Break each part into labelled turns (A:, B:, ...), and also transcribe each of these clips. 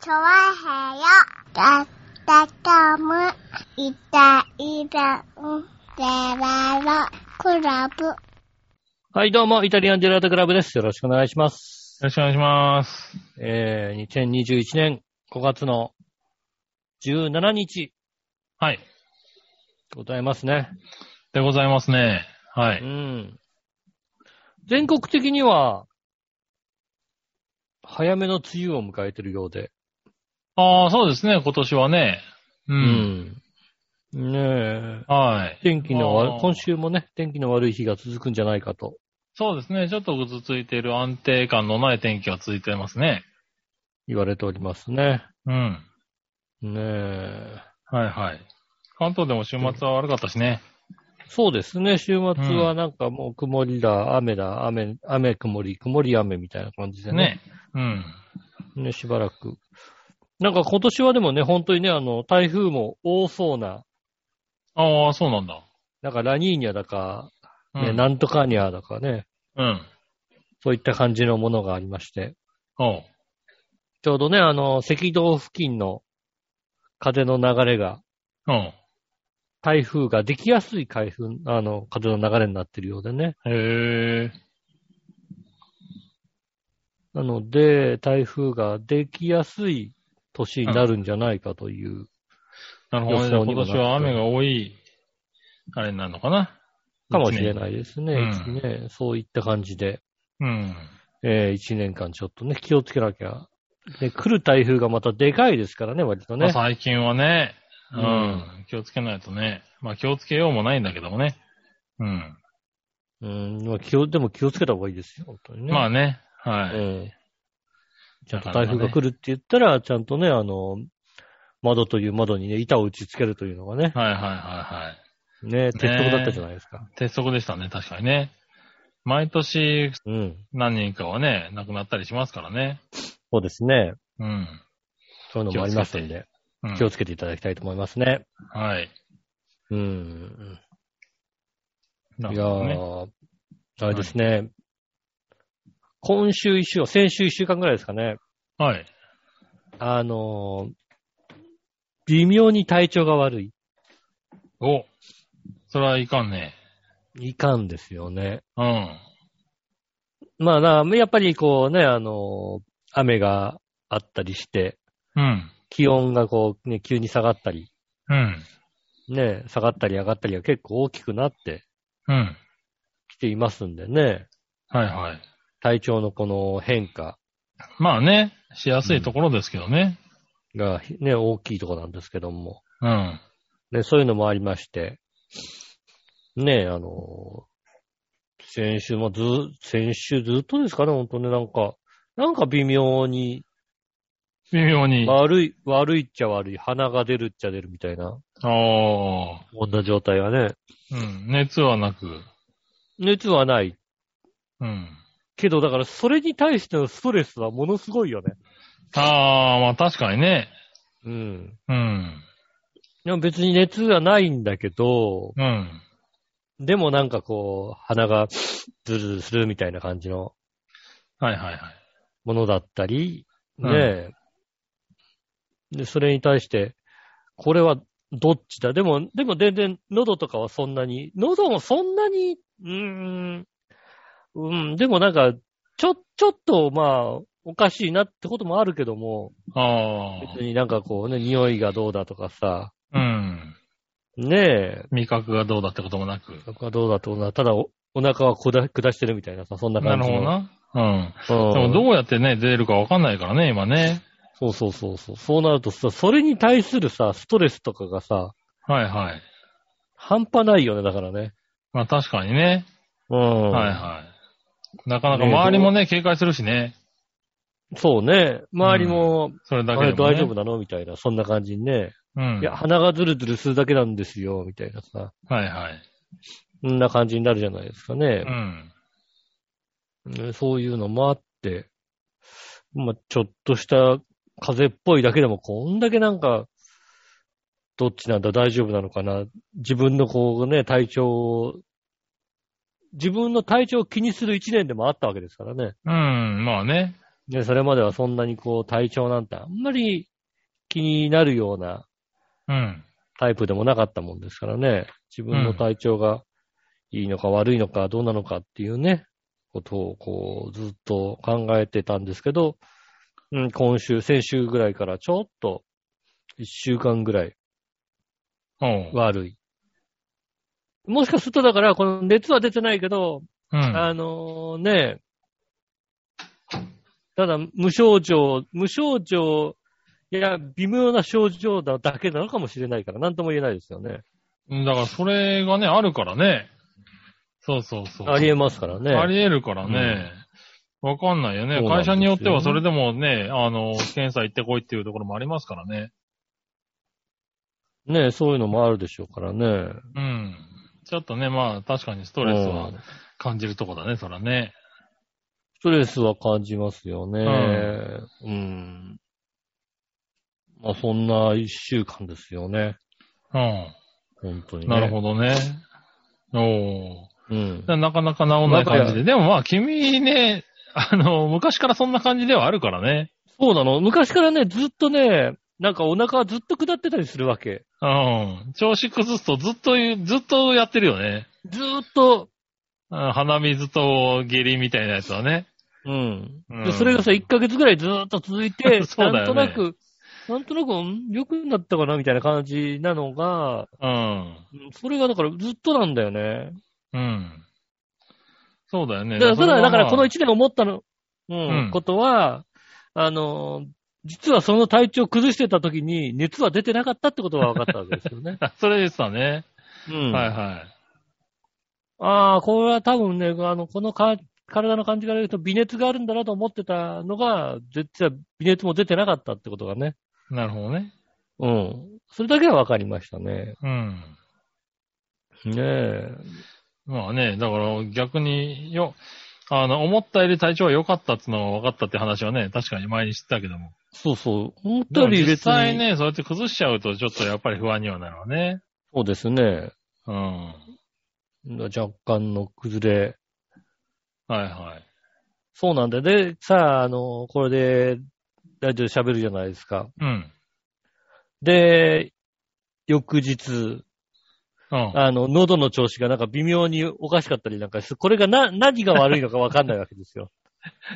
A: チョワヘヨだったかむいたいたんでららクラブ
B: はい、どうも、イタリアンジェラートクラブです。よろしくお願いします。
C: よろしくお願いします。
B: えー、2021年5月の17日、
C: はい。
B: ございますね。
C: でございますね。は
B: う
C: い。
B: ん。全国的には、早めの梅雨を迎えてるようで。
C: ああ、そうですね、今年はね。う。
B: うんんねえ。
C: はい。
B: 天気の悪
C: あー
B: 今週もね、天気の悪い日が続くんじゃないかと。
C: そうですね、ちょっとぐずついている安定感のない天気が続いてますね。
B: 言われておりますね。
C: うん。
B: ねえ。
C: はいはい。関東でも週末は悪かったしね。
B: そうですね。週末はなんかもう曇りだ、雨だ、雨、雨曇り、曇り雨みたいな感じでね。
C: ね。うん。
B: ね、しばらく。なんか今年はでもね、本当にね、あの、台風も多そうな、
C: ああ、そうなんだ。
B: なんかラニーニャだか、
C: う
B: ね、
C: ん。
B: なんとかニャだかね、
C: うん。
B: そういった感じのものがありまして。
C: おう。
B: ちょうどね、あの、赤道付近の風の流れが、
C: おう。
B: 台風ができやすい台風、あの、風の流れになってるようでね。
C: へえ。
B: なので、台風ができやすい年になるんじゃないかという。
C: なるほどね。じゃあ
B: 予想にもな
C: 今
B: って
C: 年は雨が多い、あれになるのかな
B: かもしれ
C: い。
B: ないですね。
C: うん
B: ねそういった感じで、
C: うん。
B: えー、1年間ちょっとね、気をつけなきゃ。で、来る台風がまたでかいですからね、割と
C: まあ
B: ね。
C: 最近はね、う
B: うん
C: ん、気をつけないとね。まあ気をつけようもないんだけどもね。うん。
B: うん、まあ気を、でも気をつけた方がいいですよ、本当にね。
C: まあね、はい。
B: ええちゃんと
C: なか
B: 台
C: な
B: 風
C: かね
B: が来るって言ったら、ちゃんとね、あの、窓という窓にね、板を打ち付けるというのがね、
C: はいはいはいはい。
B: ね、鉄則だったじゃないですか。
C: 鉄則でしたね、確かにね。毎年
B: うん。
C: 何人かはね、亡くなったりしますからね。
B: そうですね。
C: うん。
B: そういうのもありますんで、
C: うん、
B: 気をつけていただきたいと思いますね。
C: はい。
B: うん。
C: ないる
B: や
C: ほどね。
B: ー、あれですね。今週一週間、先週一週間ぐらいですかね。
C: はい。
B: あのー微妙に体調が悪い。
C: お、それはいかんね。
B: いかんですよね。
C: うん。
B: まあな、やっぱりこうね、あのー雨があったりして、
C: うん。
B: 気温がこうね、急に下がったり、
C: うん。
B: ね、下がったり上がったりが結構大きくなって
C: うん。
B: きていますんでね、
C: はいはい。
B: 体調のこの変化
C: まあね、しやすいところですけどね。
B: がね、大きいところなんですけども。
C: うん。
B: ね、そういうのもありまして、ねえ、あの、先週もず、先週ずっとですかね、本当ね、なんか、なんか微妙に、
C: 微妙に。あ
B: 悪い、悪いっちゃ悪い、鼻が出るっちゃ出るみたいな、
C: あ。
B: こんな状態がね、
C: うん。熱はなく。
B: 熱はない。
C: うん。
B: けど、だから、それに対してのストレスはものすごいよね。
C: ああ、まあ確かにね。
B: うん。
C: うん。
B: でも別に熱がないんだけど、
C: うん。
B: でもなんかこう、鼻がズルズルするみたいな感じの
C: はいはいはい。
B: ものだったり、
C: う
B: ね
C: ん
B: え、で、それに対して、これはどっちだでも、でも全然喉とかはそんなに、喉もそんなに、うーん、うん、でもなんか、ちょ、ちょっとまあ、おかしいなってこともあるけども、
C: あ
B: 別になんかこうね、匂いがどうだとかさ、
C: あ。うん。
B: ねえ、
C: 味覚がどうだってこともなく。
B: なんかどうだとか、ただおお腹はこだ下してるみたいなさ、そんな
C: な
B: 感
C: る
B: じ
C: ほ
B: の。
C: どな。うん。
B: う
C: で
B: ん
C: もどうやってね、出るかわかんないからね、今ね。
B: そうそうそうそう。そうなるとさ、それに対するさ、ストレスとかがさ、
C: はいはい。
B: 半端ないよね、だからね。
C: まあ確かにね。
B: うん。
C: はいはい。なかなか周りもね、警戒するしね。
B: そうね。周りも、
C: それだ
B: あ
C: け
B: れ
C: でも、ね。
B: 大丈夫なのみたいな、そんな感じにね。
C: うん。
B: いや、鼻がズルズルするだけなんですよ、みたいなさ。
C: はいはい。
B: そんな感じになるじゃないですか
C: う
B: ね。
C: ん。
B: うんそういうのもあって、まあ、ちょっとした風邪っぽいだけでも、こんだけなんか、どっちなんだ、大丈夫なのかな。自分のこうね、体調を、自分の体調を気にする一年でもあったわけですからね。
C: うん、まあね。
B: で、それまではそんなにこう体調なんてあんまり気になるような
C: うん。
B: タイプでもなかったもんですからね、自分の体調がいいのか悪いのかどうなのかっていうね、ことをこうずっと考えてたんですけど、うん、今週、先週ぐらいからちょっと一週間ぐらい
C: おう。
B: 悪い。もしかするとだから、この熱は出てないけど、
C: うん。
B: あのね、ただ無症状、無症状、いや、微妙な症状だだけなのかもしれないから、なんとも言えないですよね。
C: だからそれがね、あるからね。そうそうそう。
B: ありえますからね。
C: あり得るからね。わ、かんないよね
B: そうなん
C: 会
B: ですよ
C: 社によってはそれでもね、あの、検査行ってこいっていうところもありますからね。
B: ねそういうのもあるでしょうからね。
C: うん。ちょっとね、まあ確かにストレスは
B: うん
C: 感じるとこだね、そらね。
B: ストレスは感じますよね。
C: う
B: うん。まあ、そんな一週間ですよね。
C: うん。
B: 本当に、ね。
C: なるほどね。お
B: ど。うん
C: ー。。なかなか治んない感じで。でもまあ君ね、あの、昔からそんな感じではあるからね。
B: そうなの昔からね、ずっとね、なんかお腹はずっと下ってたりするわけ。
C: うん。調子崩すとずっと言う、ずっとやってるよね。
B: ずーっと。
C: うん鼻水と下痢みたいなやつはね。
B: うん。
C: うん
B: でそれがさ、1ヶ月ぐらいずーっと続いて、
C: そうだ
B: な
C: よ
B: ん
C: ね
B: となく、なんとなく、ん良くなったかなみたいな感じなのが、
C: うん。
B: うんそれがだからずっとなんだよね。
C: うん。そうだよね。
B: だから、ただ、だからこの
C: 一
B: 一年思ったの、うん、
C: うん
B: ことは、あの、実はその体調崩してた時に熱は出てなかったってことは分かったわけですよ ね。
C: それでしたね。
B: うん。
C: はいはい。
B: ああ、これは多分ね、あの、このか体の感じから言うと微熱があるんだなと思ってたのが、実は微熱も出てなかったってことがね。
C: なるほどね。
B: うん。それだけは分かりましたね。
C: うん。
B: ねえ。
C: まあね、だから逆によ、あの、思ったより体調は良かったっていうのが分かったって話はね、確かに前に知ったけども。
B: そうそう。本
C: でも
B: 当に
C: 実
B: 別
C: 際
B: に。
C: ね、そうやって崩しちゃうとちょっとやっぱり不安にはなるわね。
B: そうですね。
C: うん。
B: 若干の崩れ。
C: はいはい。
B: そうなんだよ。で、さあ、あの、これで、ラジオで喋るじゃないですか。
C: うん。
B: で、翌日、
C: うん。
B: あの、喉の調子がなんか微妙におかしかったりなんかすこれがな、何が悪いのかわかんないわけです よ。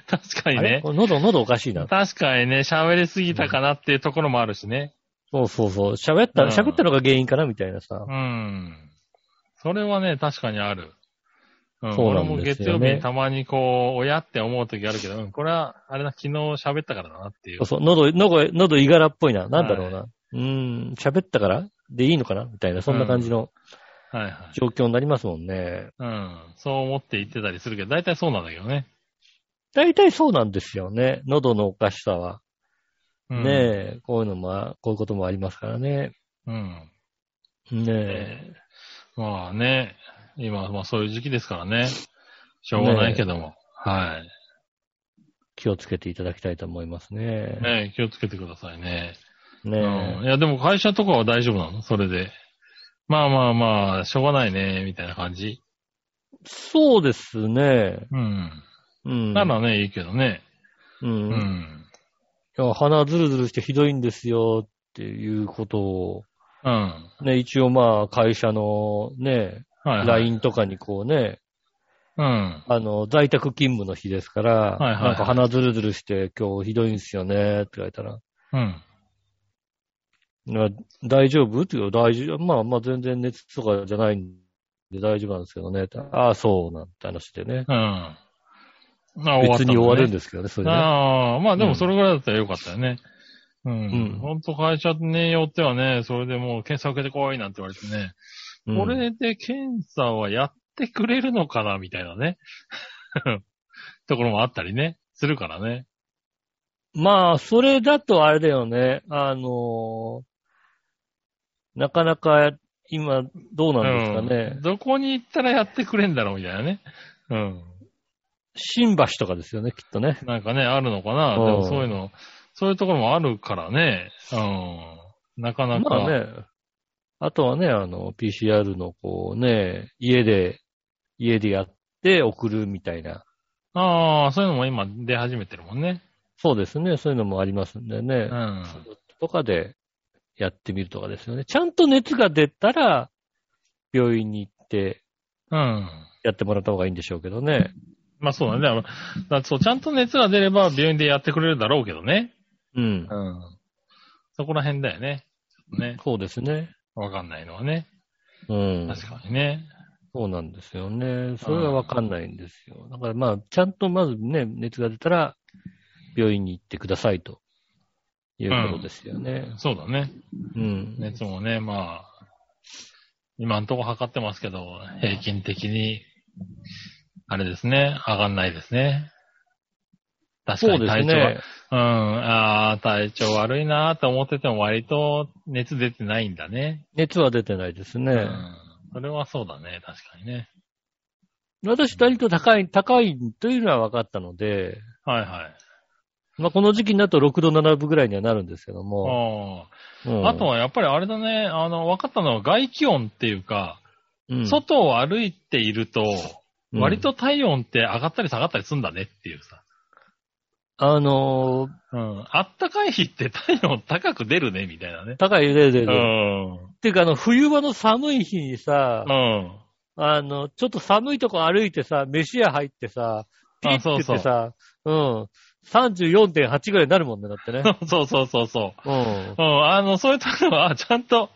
C: 確かに
B: あれ
C: ね。
B: これ喉、喉おかしいな。
C: 確かにね、喋りすぎたかなっていうところもあるしね。
B: そうそうそう。喋った、
C: うん
B: 喋ったのが原因かなみたいなさ
C: う。ん。それはね、確かにある。うん、
B: そうなん
C: 俺も
B: です
C: 月
B: よね
C: 曜日にたまにこう、親って思う時あるけど、うん、これは、あれだ、昨日喋ったからだなっていう
B: そう。そう。喉、喉、喉いがらっぽいな。なんだろうな。うーん、喋ったからでいいのかなみたいな、そんな感じの
C: はいはい。
B: 状況になりますもんね。
C: うん。そう思って言ってたりするけど、大体そうなんだけどね。
B: 大体そうなんですよね。喉のおかしさは。
C: うん、
B: ねえ、こういうのもあ、こういうこともありますからね。
C: うん。
B: ね
C: えーまあね、今、まあそういう時期ですからね。しょうがないけども。は
B: 気をつけていただきたいと思います
C: い。
B: ね。
C: ね気をつけてくださいね。
B: ね
C: うん。
B: え。
C: いや、でも会社とかは大丈夫なのそれで。まあまあまあ、しょうがないね、みたいな感じ。
B: そうですね。
C: うん。
B: うん。
C: ならね、いいけどね。
B: うん
C: う
B: い
C: ん。
B: や鼻ズルズルしてひどいんですよっていうことを、
C: うん。
B: ね、一応まあ会社のね、
C: はい、はい。。
B: LINE とかにこうね、
C: うん。
B: あの、在宅勤務の日ですから、
C: はいはい
B: なんか鼻ズルズルして今日ひどいんですよねって言われたら、
C: うん。
B: な大丈夫っていうか大丈夫。まあまあ全然熱とかじゃないんで大丈夫なんですけどね。ああ、そうなんて話でね。
C: うん。あ
B: 別に終わるん
C: で
B: ですけどね、そ
C: す
B: れね。
C: ああ、まあで
B: う
C: も
B: ん
C: それぐらいだったらよかったよね。うん。
B: うん
C: ほんと会社によってはね、それでもう検査受けてこいなんて言われてね。
B: うん
C: これで検査はやってくれるのかなみたいなね。 ところもあったりね。するからね。
B: まあ、それだとあれだよね。あのーなかなか今どうなんですかね。
C: うんどこに行ったらやってくれんだろうみたいなね。うん。
B: 新橋とかですよね、きっとね。
C: なんかね、あるのかな。で
B: うん
C: もそういうの、そういうところもあるからね。うん。なかなか。
B: まあね。あとはね、あの、PCR のこうね、家で、家でやって送るみたいな。
C: ああ、そういうのも今出始めてるもんね。
B: そうですね。そういうのもありますんでね。
C: うん。
B: とかでやってみるとかですよね。ちゃんと熱が出たら、病院に行って
C: うん。
B: やってもらった方がいいんでしょうけどね。
C: まあそうだね。だからだからそう、ちゃんと熱が出れば病院でやってくれるだろうけどね。
B: うん。
C: ん。そこら辺だよね。ちょっとね。
B: そうですね。
C: わかんないのはね。
B: うん。
C: 確かにね。
B: そうなんですよね。それがわかんないんですよ。だからまあ、ちゃんとまずね、熱が出たら、病院に行ってくださいということですよね。
C: そうだね。
B: うん。
C: 熱もね、まあ、今んとこ測ってますけど、平均的に、あれですね、上がんないですね。確か
B: そうで
C: に
B: す
C: 体調は、
B: ね。
C: うん、ああ、体調悪いなと思ってても割と熱出てないんだね。
B: 熱は出てないですね。
C: うん。それはそうだね、確かにね。
B: 私、割と高い、高いというのは分かったので、
C: はいはい。
B: まあ、この時期になると6度7分ぐらいにはなるんですけども。
C: あ
B: うん
C: ああと、はやっぱりあれだね、あの、分かったのは外気温っていうか、
B: うん
C: 外を歩いていると、割、と体温って上がったり下がったりすんだねっていうさ。
B: うんあのー
C: うん。あったかい日って体温高く出るね、みたいなね。
B: 高い揺れで、
C: うん。
B: っていうか、あの、冬場の寒い日にさ、
C: うん。
B: あの、ちょっと寒いとこ歩いてさ、飯屋入ってさ、ピッ
C: あ
B: て
C: そ
B: 言っ
C: う
B: て
C: そう
B: さ、うん。34.8ぐらいになるもんね、だって ね。
C: そうそうそうそうう。うん。あの、そういう時は、ちゃんと、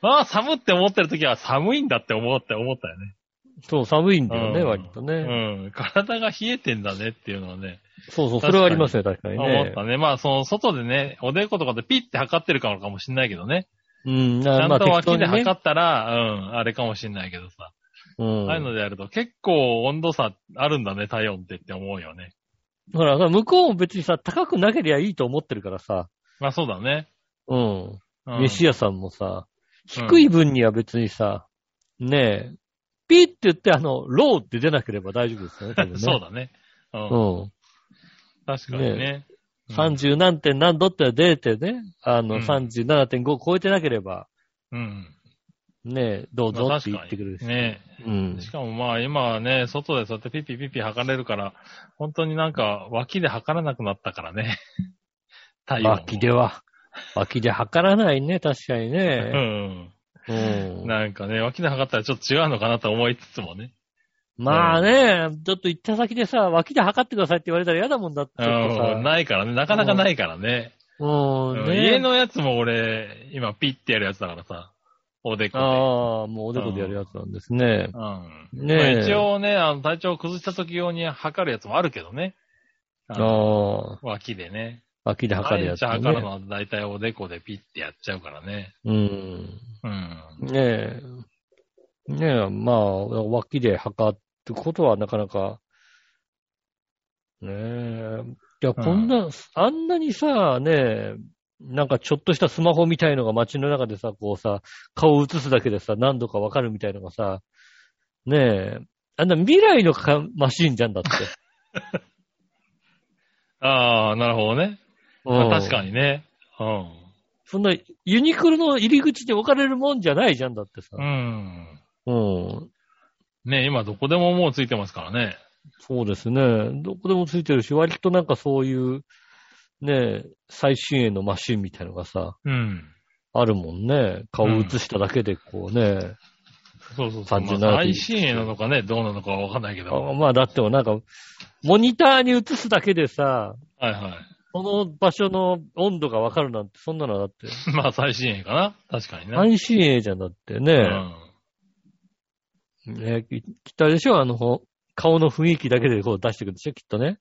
C: ああ、寒って思ってる時は寒いんだって思って思ったよね。
B: ん。そう、寒いんだよね、
C: うん
B: 割とね。
C: うん。体が冷えてんだねっていうのはね、
B: そうそう、それはありますね、確かに
C: 思っ
B: ね。
C: たね。まあ、その、外でね、おでことかでピッて測ってるからかもしんないけどね。
B: うん、
C: ちゃん
B: まあ
C: と脇
B: 適
C: で
B: 当にね
C: 測ったら、うん、あれかもしんないけどさ。
B: うん
C: ああいうのでやると結構温度差あるんだね、体温ってって思うよね。
B: ほら、さ向こうも別にさ、高くなけりゃいいと思ってるからさ、
C: まあそうだね。
B: うん。
C: うん、
B: 飯屋さんもさ、低い分には別にさ、ねえ、ピッって言って、あの、ローって出なければ大丈夫ですよね、多分ね。
C: そうだね。うん。
B: うん。
C: 確かにね。うん
B: 30何点何度って出てね、あの、
C: うん
B: 37.5を超えてなければ、
C: うん。
B: ねえ、どうぞ
C: まあ
B: って
C: 確
B: 言
C: か
B: ってくれ
C: に
B: るし。
C: ね。
B: うん
C: し。かもまあ今はね、外でそうやってピッピピッピ測れるから、本当になんか脇で測らなくなったからね。 体温を。
B: 脇では、脇で測らないね、確かに
C: う
B: ね。
C: ん。
B: うん。
C: なんかね、脇で測ったらちょっと違うのかなと思いつつもね。
B: まあね、ちょっと行った先でさ、脇で測ってくださいって言われたら嫌だもんだって、
C: う
B: ちょっと
C: ん。
B: さ。
C: ないからね、なかなかないからね。
B: うん、
C: うん
B: ね
C: 家のやつも俺、今ピッてやるやつだからさ、おでこで。
B: ああ、もうおでこでやるやつなんですね。
C: うん。
B: ねえ
C: まあ一応ね、あの体調崩した時用に測るやつもあるけどね。あの
B: ああ、
C: 脇でね。
B: 脇で測るやつ、ね。
C: 毎日測るのは大体おでこでピッてやっちゃうからね。
B: うん。
C: うん。
B: ねえ。ねえ、まあ、脇で測ってことはなかなか、ねえ。いや、こんな、あんなにさ、ねえ、なんかちょっとしたスマホみたいのが街の中でさ、こうさ、顔を映すだけでさ、何度かわかるみたいのがさ、ねえ、あんな未来のかマシンじゃんだって。
C: ああ、なるほどね。まあ確
B: に。
C: かにね。うん。
B: そんな、ユニクロの入り口に置かれるもんじゃないじゃんだってさ
C: う。ん。
B: うん。
C: ね今どこでももうついてますからね。
B: そうですね。どこでもついてるし、割となんかそういう、ねえ、最新鋭のマシンみたいのがさ、
C: うん。
B: あるもんね。顔映しただけでこうね。
C: そうそうそう。
B: 37
C: まあ、ICA なのかね、どうなのかはわかんないけど。
B: あまあだってもなんか、モニターに映すだけでさ、
C: はいは
B: その場所の温度がわかるなんて、そんなのだって、
C: い。 まあ最新鋭かな確かにね。
B: 最新鋭じゃなって
C: う
B: ね。
C: ん。
B: ねききっとあれでしょあの、顔の雰囲気だけでこう出してくるでしょきっとね。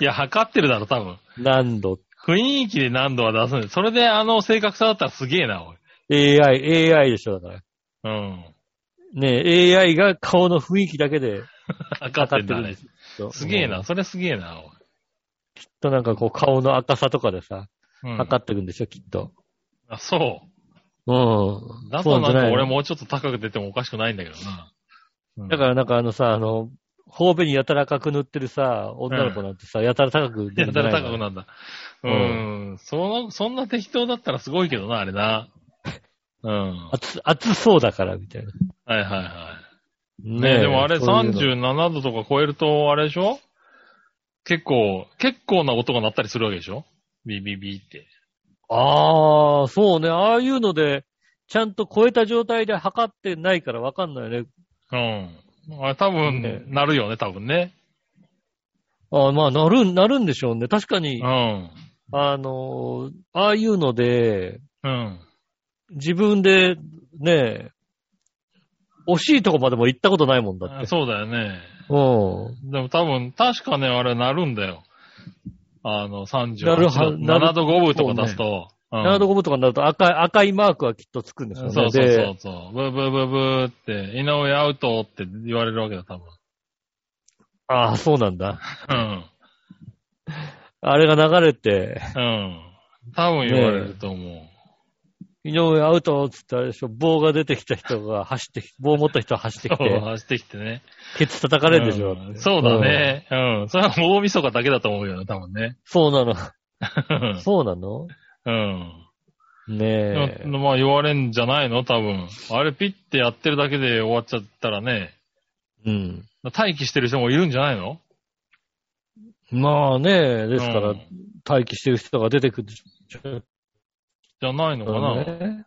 C: いや、測ってるだろ、多分。
B: 何度
C: 雰囲気で何度は出すんで、それであの正確さだったらすげえな、おい。
B: ?AI、AI でしょだから。
C: うん。
B: ねえ AI が顔の雰囲気だけで
C: 測って
B: 測っ
C: ん
B: てる
C: だ
B: んで
C: ね
B: す。よ。
C: すげえ
B: うん
C: な、それすげえな、
B: きっとなんかこう顔の赤さとかでさ、
C: おい。うん、
B: 測ってるんでしょ、きっと。
C: あ、そ
B: うん。
C: う。だ
B: そう
C: と
B: な
C: な
B: じ
C: んん
B: ゃ
C: か
B: ない
C: 俺もうちょっと高く出てもおかしくないんだけどな。うん
B: だからなんかあのさ、あの、頬紅やたら赤く塗ってるさ、女の子なんてさ、やたら高く出
C: や
B: るんじ
C: た
B: ゃ
C: ら
B: ない
C: 高く
B: の
C: なるんだ。うん。その、そんな適当だったらすごいけどな、あ れな。うん。は
B: 熱、熱そうだから、みたいな。
C: いはいはい。
B: ね
C: ねでもあれ
B: そういうの
C: 37度とか超えると、あれでしょ結構、結構な音が鳴ったりするわけでしょビビビって。
B: ああ、そうね。ああいうので、ちゃんと超えた状態で測ってないからわかんないね。
C: うん。あれ多分、
B: ね
C: なるよね、多分ね。
B: ああ、まあ、なるん、なるんでしょうね。確か
C: う
B: に、
C: ん。
B: あのー、ああいうので、
C: うん。
B: 自分で、ね、惜しいとこまでも行ったことないもんだって。
C: そうだよね。
B: うん。
C: でも多分、確かね、あれ鳴るんだよ。あの、38
B: な
C: 度
B: るはなる
C: 7度5分とか出すと。うん
B: ナードゴムとかになると赤い、赤いマークはきっとつくんでしょうね。
C: そうそうそ
B: で
C: うそう。ブーブーブーブーって、井上アウトって言われるわけだ、多分。
B: ああ、そうなんだ。
C: うん。
B: あれが流れて、
C: うん。多分言われると思う。
B: 井上アウトっつってあれでしょ、棒が出てきた人が走ってき、棒持った人が走ってき
C: そう
B: て、
C: 走ってきてね。
B: ケツ叩かれるでしょ。
C: うんそうだね。うん。それは大晦日だけだと思うよね、多分ね。
B: そうなの。そうなの
C: うん。
B: ねえ
C: で。もまあ言われんじゃないの多分。あれピッてやってるだけで終わっちゃったらね、
B: うん。
C: 待機してる人もいるんじゃないの
B: まあね、ですか
C: う
B: ら
C: ん、
B: 待機してる人が出てくるでしょ
C: じゃないうのかな、
B: ね。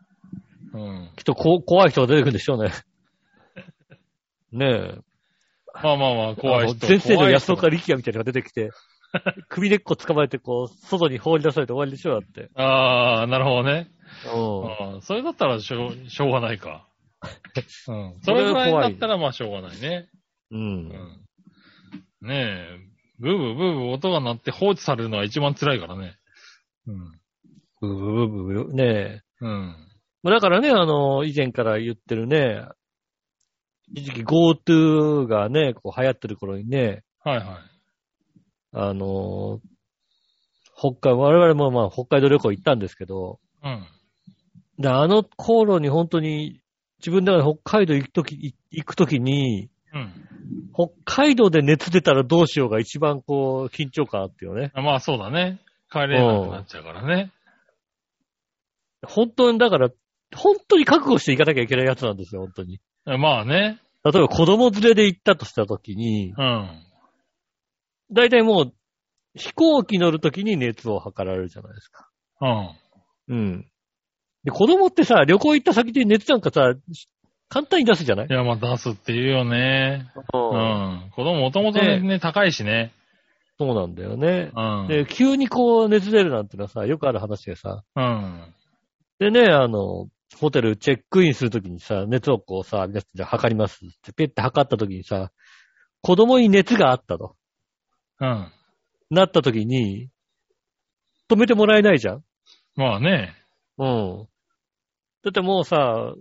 C: うん。
B: きっとこ怖い人が出てくるでしょうね。ねえ。
C: まあまあまあ、怖い人。
B: 先生の安
C: 怖い人
B: 岡力也みたいなのが出てきて、首根っこ捕まえて、こう、外に放り出されて終わりでしょ、だって。
C: ああ、なるほどね。
B: うん。
C: ああそれだったらしょう、しょうがな いか。うん。それぐらいだったらまあしょうがないね。
B: う。
C: うんん。ねえ、ブーブーブーブー音が鳴って放置されるのは一番辛いからね。うん。
B: ブブブブブブねえ。
C: うん。
B: まあだからね、あの、以前から言ってるね、一時期 GoTo がね、こう流行ってる頃にね、
C: はいはい。
B: あの、北海、我々もまあ北海道旅行行ったんですけど、
C: うん。
B: で、あの頃に本当に、自分の中で北海道行くとき、行くときに、
C: うん。
B: 北海道で熱出たらどうしようが一番こう、緊張感あってよね。
C: あまあそうだね。帰れなくなっちゃうからね。
B: 本当に、だから、本当に覚悟していかなきゃいけないやつなんですよ、本当に。
C: まあね。
B: 例えば子供連れで行ったとしたときに、
C: うん。
B: 大体もう、飛行機乗るときに熱を測られるじゃないですか。
C: うん。
B: うん。で、子供ってさ、旅行行った先で熱なんかさ、簡単に出すじゃない
C: いや、まあ出すって言うよね。う
B: うん
C: ん。子供もともとね、高いしね。
B: そうなんだよね。
C: うん。
B: で、急にこう熱出るなんてのはさ、よくある話でさ、
C: うん。
B: でね、あの、ホテルチェックインするときにさ、熱をこうさ、皆さんじゃあ測りますって、ペッて測ったときにさ、子供に熱があったと、
C: うん。
B: なったときに、止めてもらえないじゃん
C: まあね。
B: うん。だってもうさ、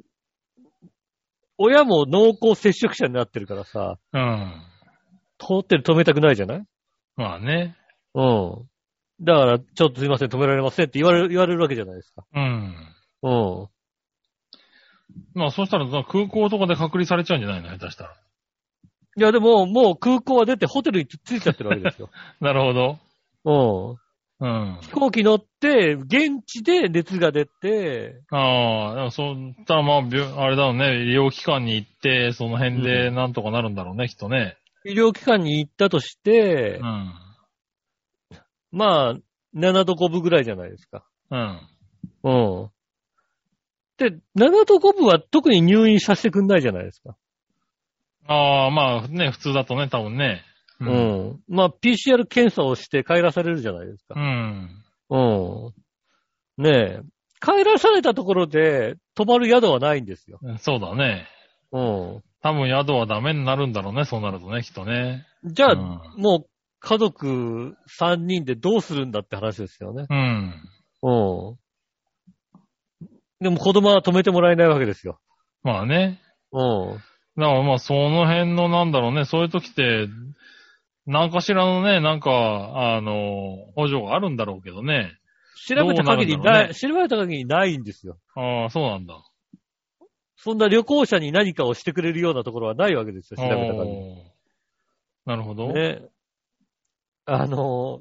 B: 親も濃厚接触者になってるからさ、
C: うん。
B: ホテル止めたくないじゃない
C: まあね。
B: うん。だから、ちょっとすいません、止められませんって言われる、言われるわけじゃないですか。
C: うん。
B: うん。
C: まあそしたら空港とかで隔離されちゃうんじゃないの下手したら。
B: いや、でも、もう空港は出てホテルに着いちゃってるわけですよ。
C: なるほど。
B: うん。
C: うん。
B: 飛行機乗って、現地で熱が出て、
C: ああ、でもそうしたらまあ、病あれだろうね。医療機関に行って、その辺でなんとかなるんだろうね、きっとね。
B: 医療機関に行ったとして
C: う、ん。
B: まあ、7度5分ぐらいじゃないですか。
C: うん。
B: うん。で、7度5分は特に入院させてくんないじゃないですか。
C: ああ、まあね、普通だとね、多分ね。
B: う。ん。まあ、PCR 検査をして帰らされるじゃないです
C: う
B: か。
C: ん。
B: うん。ねえ。帰らされたところで泊まる宿はないんですよ。
C: そうだね。
B: うん。
C: 多分宿はダメになるんだろうね、そうなるとね、きっとね。
B: じゃあ、
C: うん
B: もう家族3人でどうするんだって話ですよね。
C: うん。
B: うん。でも子供は止めてもらえないわけですよ。
C: まあね。
B: うん。
C: だからまあ、その辺のなんだろうね、そういう時って、何かしらのね、なんか、あの、補助があるんだろうけどね。
B: 調べた限り
C: どうな
B: な
C: るんだろう
B: い、
C: ね
B: 調べた限りないんですよ。
C: ああ、そうなんだ。
B: そんな旅行者に何かをしてくれるようなところはないわけですよ、調べた限り。
C: おーなるほど。
B: ね。あのー、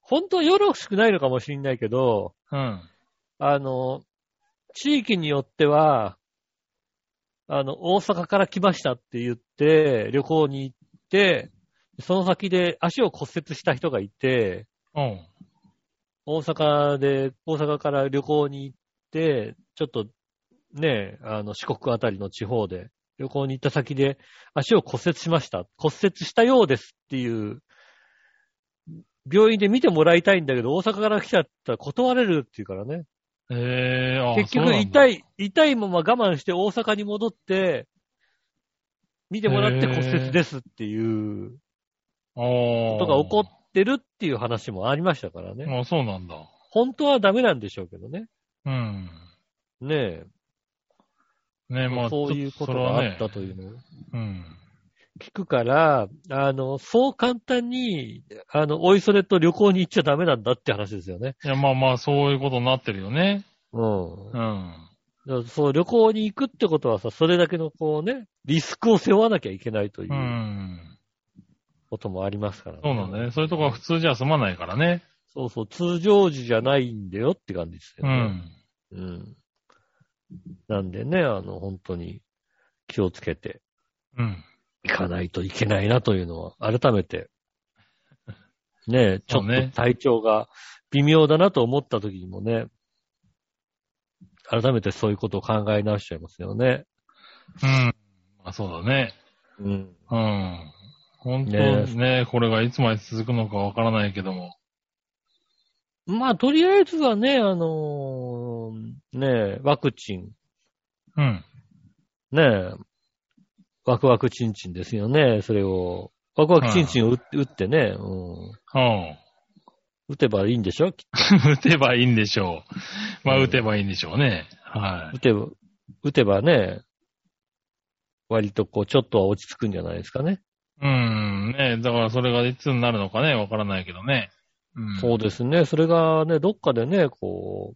B: 本当はよろしくないのかもしれないけど、
C: うん。
B: あのー、地域によっては、あの、大阪から来ましたって言って、旅行に行って、その先で足を骨折した人がいて、
C: うん。
B: 大阪で、大阪から旅行に行って、ちょっとね、あの四国あたりの地方で旅行に行った先で足を骨折しました。骨折したようですっていう、病院で見てもらいたいんだけど、大阪から来ちゃったら断れるっていうからね。
C: ええあ
B: 結
C: そう
B: 局
C: なんだ
B: 痛い、痛いまま我慢して大阪に戻って、見てもらって骨折ですっていう、
C: こ
B: ことが起こってるっていう話もありましたからね。
C: ああ、そうなんだ。
B: 本当はダメなんでしょうけどね。
C: うん。
B: ねえ。
C: ねまあ、。
B: そういうことがあったといううのを
C: うん。
B: 聞くから、あの、そう簡単に、あの、おいそれと旅行に行っちゃダメなんだって話ですよね。
C: いや、まあまあ、そういうことになってるよね。
B: うん
C: う。ん。。
B: だからそう、旅行に行くってことはさ、それだけのこうね、リスクを背負わなきゃいけないといううんこともありますからね。
C: そうなんだね。そういうとこは普通じゃ済まないからね。
B: そうそう、通常時じゃないんだよって感じですよ
C: う
B: ね。
C: ん。
B: うん。なんでね、あの、本当に気をつけて
C: うん。
B: いかないといけないなというのは、改めて、ねえ、ちょ
C: そ
B: っ
C: うね
B: と体調が微妙だなと思った時にもね、改めてそういうことを考え直しちゃいますよね。
C: うん。まあ、そうだね。
B: うん。
C: うん。本当
B: ね
C: ねね、これがいつまで続くのかわからないけども。
B: まあ、とりあえずはね、あのーねえ、ワクチン、
C: うん。
B: ねえ、ワクワクチンチンですよね、それを。ワクワクチンチンを打打ってね、うん。
C: うん。
B: 打てばいいんでしょきっと
C: 打てばいいんでしょう。まあ、
B: うん
C: 打てばいいんでしょうね。は
B: 打てば、打てばね、割とこう、ちょっとは落ち着くんじゃないですかね。
C: い。うん。ねだからそれがいつになるのかね、わからないけどね。うん。
B: そうですね。それがね、どっかでね、こ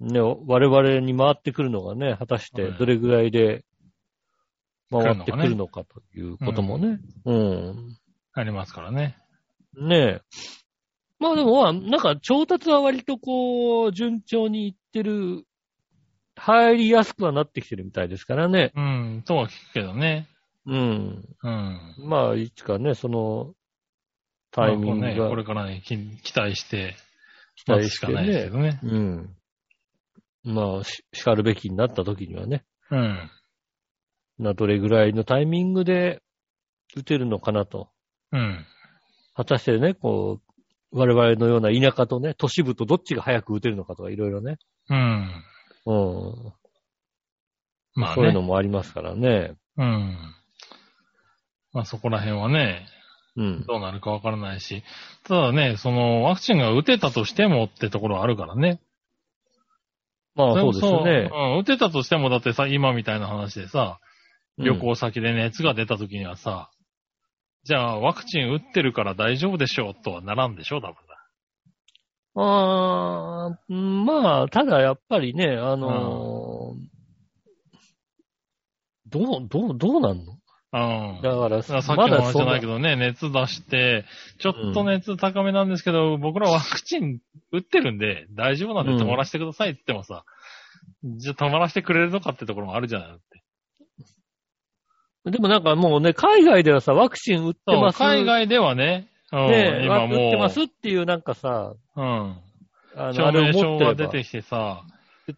B: う、ね、我々に回ってくるのがね、果たして
C: はい
B: どれぐらいで回ってく
C: 来
B: る
C: るの
B: のかということもね。うん。
C: ありますからね。
B: ねえ。まあでも、まあなんか調達は割とこう、順調にいってる、入りやすくはなってきてるみたいですからね。
C: うん。とは聞くけどね。
B: うん。
C: うん。
B: まあ、いつかね、その、タイミング
C: まあこうね、こ
B: が
C: れからね、き期待して、
B: 期
C: 待
B: 待
C: つ
B: し
C: してかないですけ
B: ね。
C: どね。
B: うん。まあ、し、叱るべきになった時にはね、
C: うん。
B: な、どれぐらいのタイミングで打てるのかなと。
C: うん。
B: 果たしてね、こう、我々のような田舎とね、都市部とどっちが早く打てるのかとかいろいろね。
C: うん。
B: うん。
C: まあ
B: そういうの
C: ね。
B: もありますからね。
C: うん。まあそこら辺はね、
B: うん。
C: どうなるかわからないし、ただね、そのワクチンが打てたとしてもってところはあるからね。
B: まあ、そうです
C: れこ
B: ね。
C: うん、打てたとしてもだってさ、今みたいな話でさ、
B: うん
C: 旅行先で熱が出た時にはさ、じゃあワクチン打ってるから大丈夫でしょうとはならんでしょ、多分
B: あーうんまあ、ただやっぱりね、あのーどう、どう、どうなんの
C: な。うん。
B: だから、
C: さっきの
B: まだ
C: 話じ
B: そ
C: ゃ
B: んな
C: ないけどね、熱出して、ちょっと熱高めなんですけど、僕らワクチン打ってるんで、大丈夫なんで
B: うん
C: 止まらせてくださいって言ってもさ、じゃあ止まらせてくれるのかってところもあるじゃないだって。
B: でもなんかもうね、海外ではさ、ワクチン打って
C: そ
B: ま
C: う、
B: す。
C: 海外ではね、うん
B: で、
C: 今
B: ワク打
C: も
B: ってます
C: う、
B: っていうなんかさ、
C: うん。
B: あの、
C: 証
B: あれ
C: 明
B: を持
C: 書
B: ってれ
C: が
B: ば、
C: 出
B: 出
C: てきてさ、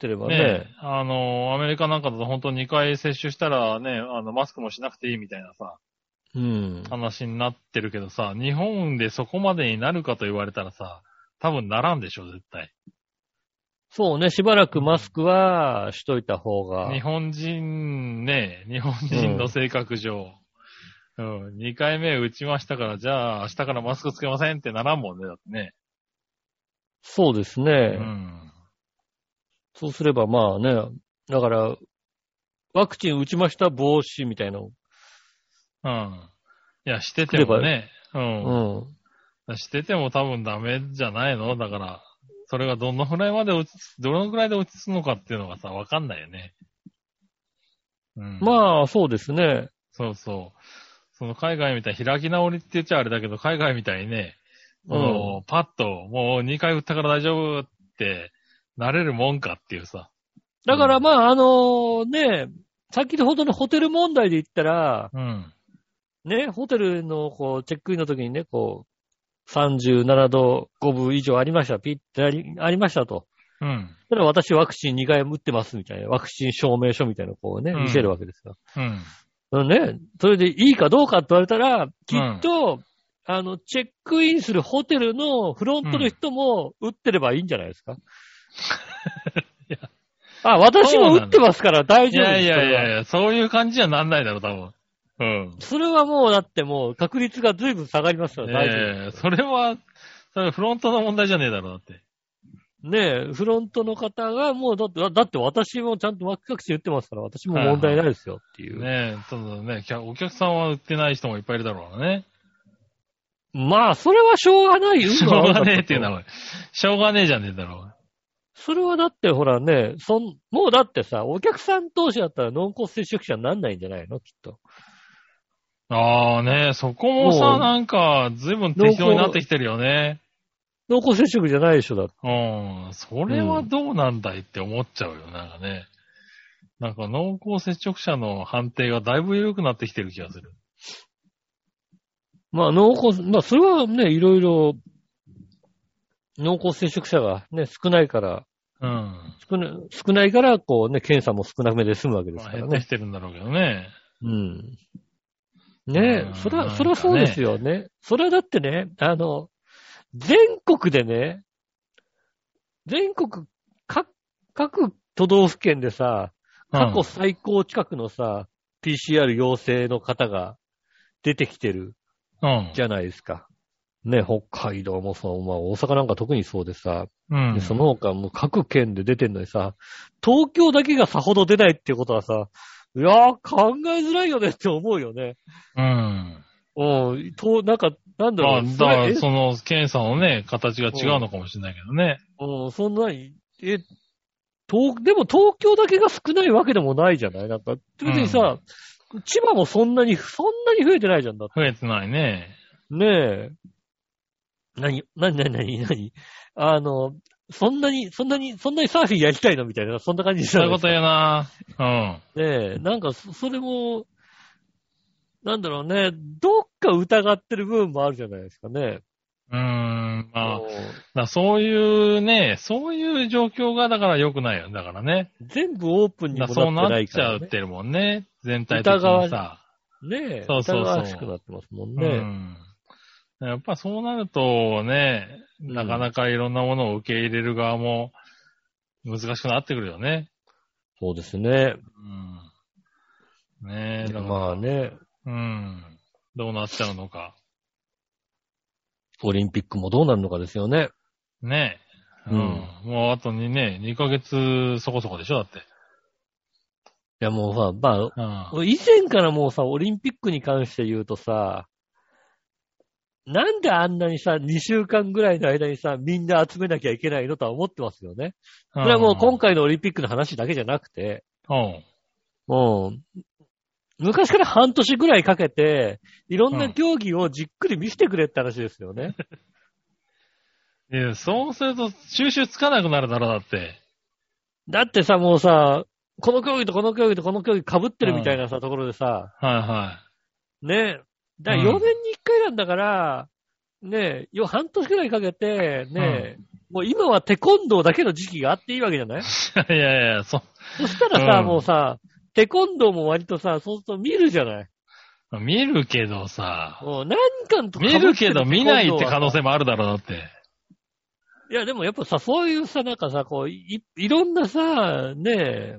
B: てればね。
C: ね、あの、アメリカなんかだと本当2回接種したらね、あの、マスクもしなくていいみたいなさ、
B: うん。
C: 話になってるけどさ、日本でそこまでになるかと言われたらさ、多分ならんでしょ、絶対。
B: そうね、しばらくマスクはしといた方が。
C: 日本人ね、日本人の性格上、うん、2回目打ちましたから、じゃあ明日からマスクつけませんってならんもんね、だってね。
B: そうですね
C: う。ん。
B: そうすればまあね、だから、ワクチン打ちました防止みたいなの。
C: うん。いや、しててもね、う、
B: うんん。
C: してても多分ダメじゃないのだから、それがどのぐらいまで落ち着、どのぐらいで落ち着くのかっていうのがさ、わかんないよね。うん。あ。
B: まあ、そうですね。
C: そうそう。その海外みたい、開き直りって言っちゃあれだけど、海外みたいにね、
B: う
C: そ
B: ん。
C: のパッと、もう2回打ったから大丈夫って、なれるもんかっていうさ。
B: だからまあ、あのね、先ほどのホテル問題で言ったら、
C: うん。
B: ね、ホテルの、こう、チェックインの時にね、こう、37度5分以上ありました、ピッてありありましたと。
C: うん。
B: それは私ワクチン2回打ってますみたいな、ワクチン証明書みたいなのをこうね、
C: うん
B: 見せるわけですよ。
C: うん。
B: ね、それでいいかどうかって言われたら、きっと、あの、チェックインするホテルのフロントの人も打ってればいいんじゃないですか。
C: や
B: あ、私も打ってますから大
C: い
B: 丈夫
C: や
B: です。
C: いやい
B: それは
C: やいや、そういう感じじゃなんないだろう、多分。
B: それはもうだってもう確率がずいぶん下がりますか
C: うん。
B: ら大丈
C: ええそれは、それフロントの問題じゃねえだろう、だって。
B: 夫。ねえ、フロントの方がもうだって、だって私もちゃんとワクワクして打ってますから私も問題ないですよっていう。
C: ねえ、ただね、客お客さんは売ってない人もいっぱいいるだろうからね。
B: まあ、それはしょうがない。
C: しょうがねえっていうの
B: は。
C: は、しょうがねえじゃねえだろ
B: それはだってほらね、そん、もうだってさ、お客さん同士だったら濃厚接触者になんないんじゃないのきっと。
C: う。ああね、そこも
B: も
C: さ、
B: う
C: なんか、随分適当になってきてるよね。
B: 濃厚接触じゃないでしょ、だって。
C: うん。それはどうなんだいって思っちゃうよ、なんかね。なんか濃厚接触者の判定がだいぶ緩くなってきてる気がする。
B: まあ、濃厚、まあ、それはね、いろいろ、濃厚接触者がね、少ないから、
C: うん。
B: 少な少ないから、こうね、検査も少なめで済むわけです
C: まあ、
B: から
C: 減って
B: ね
C: き。てるんだろうけどね。
B: うん。ね
C: う
B: え、
C: ん
B: そり
C: なん
B: ゃ、
C: か
B: そりゃそうですよね。それはだってね、あの、全国でね、全国、各、各都道府県でさ、過去最高近くのさ、PCR 陽性の方が出てきてる
C: うん。
B: じゃないですか。ね、北海道もそう、まあ大阪なんか特にそうでさ、
C: うん。
B: でその他もう各県で出てんのにさ、東京だけがさほど出ないっていうことはさ、いやー考えづらいよねって思うよね。
C: うん。
B: うん、と、なんか、なんだ
C: ま
B: ろ
C: あ、
B: う、
C: だ
B: そ
C: か
B: れ
C: ら、
B: え
C: その、検査のね、形が違うのかもしれないけどね。
B: うん、そんなに、え、東、でも東京だけが少ないわけでもないじゃないなんか、別にさ、千葉もそんなに、そんなに増えてないじゃんだって。
C: 増えてないね。
B: ねえ。何、何、何、何、何あの、そんなに、そんなに、そんなにサーフィンやりたいのみたいな、そんな感じじ
C: そ
B: ゃ
C: うい
B: な
C: う
B: い
C: ことやな。うん。
B: ねえ、なんかそ、それも、なんだろうね、どっか疑ってる部分もあるじゃないですかね。
C: うーん。まあ、だか
B: こ
C: らそういうね、そういう状況が、だから良くないよね。だからね。
B: う全部オープンに
C: だ
B: も
C: からそう
B: なって
C: な
B: な
C: っ
B: い
C: ち
B: か
C: ゃ
B: ら、
C: うっ
B: ね。
C: てるもんね。全体的に
B: 疑
C: さ。
B: ねえ、
C: そうそうそう
B: 疑わしくなってますもん
C: う
B: ね。
C: ん。やっぱそうなるとね、なかなかいろんなものを受け入れる側も難しくなってくるよね。
B: そうですね。
C: うん。ねえ、だから
B: まあね、
C: うん。どうなっちゃうのか。
B: オリンピックもどうなるのかですよね。
C: ねえ。
B: うん
C: もうあとにね、2ヶ月そこそこでしょだって。
B: いやもうさ、まあ、
C: うん。
B: 以前からもうさ、オリンピックに関して言うとさ、なんであんなにさ、2週間ぐらいの間にさ、みんな集めなきゃいけないのとは思ってますよね。それはもう今回のオリンピックの話だけじゃなくて、
C: 回。
B: うん。昔から半年ぐらいかけて、いろん
C: う
B: なん競技をじっくり見せてくれって話ですよね。
C: うん。いやそうすると収集つかなくなるだろうだって。
B: だってさ、もうさ、この競技とこの競技とこの競技被ってるみたいなさ、ところでさ、
C: はいは
B: ねえ。だ4
C: うん
B: 年に1回なんだから、ねえ、よ、半年くらいかけて、ねえ、もう今はテコンドーだけの時期があっていいわけじゃない
C: い。 いやいや、そ
B: そしたらさ、
C: うん
B: もうさ、テコンドーも割とさ、そうすると見るじゃない。
C: う、見るけどさ、
B: もう何巻とか
C: 見るけど見ないって可能
B: 性。
C: 性もあるだろうだって。
B: いや、でもやっぱさ、そういうさ、なんかさ、こう、い、いろんなさ、ねえ、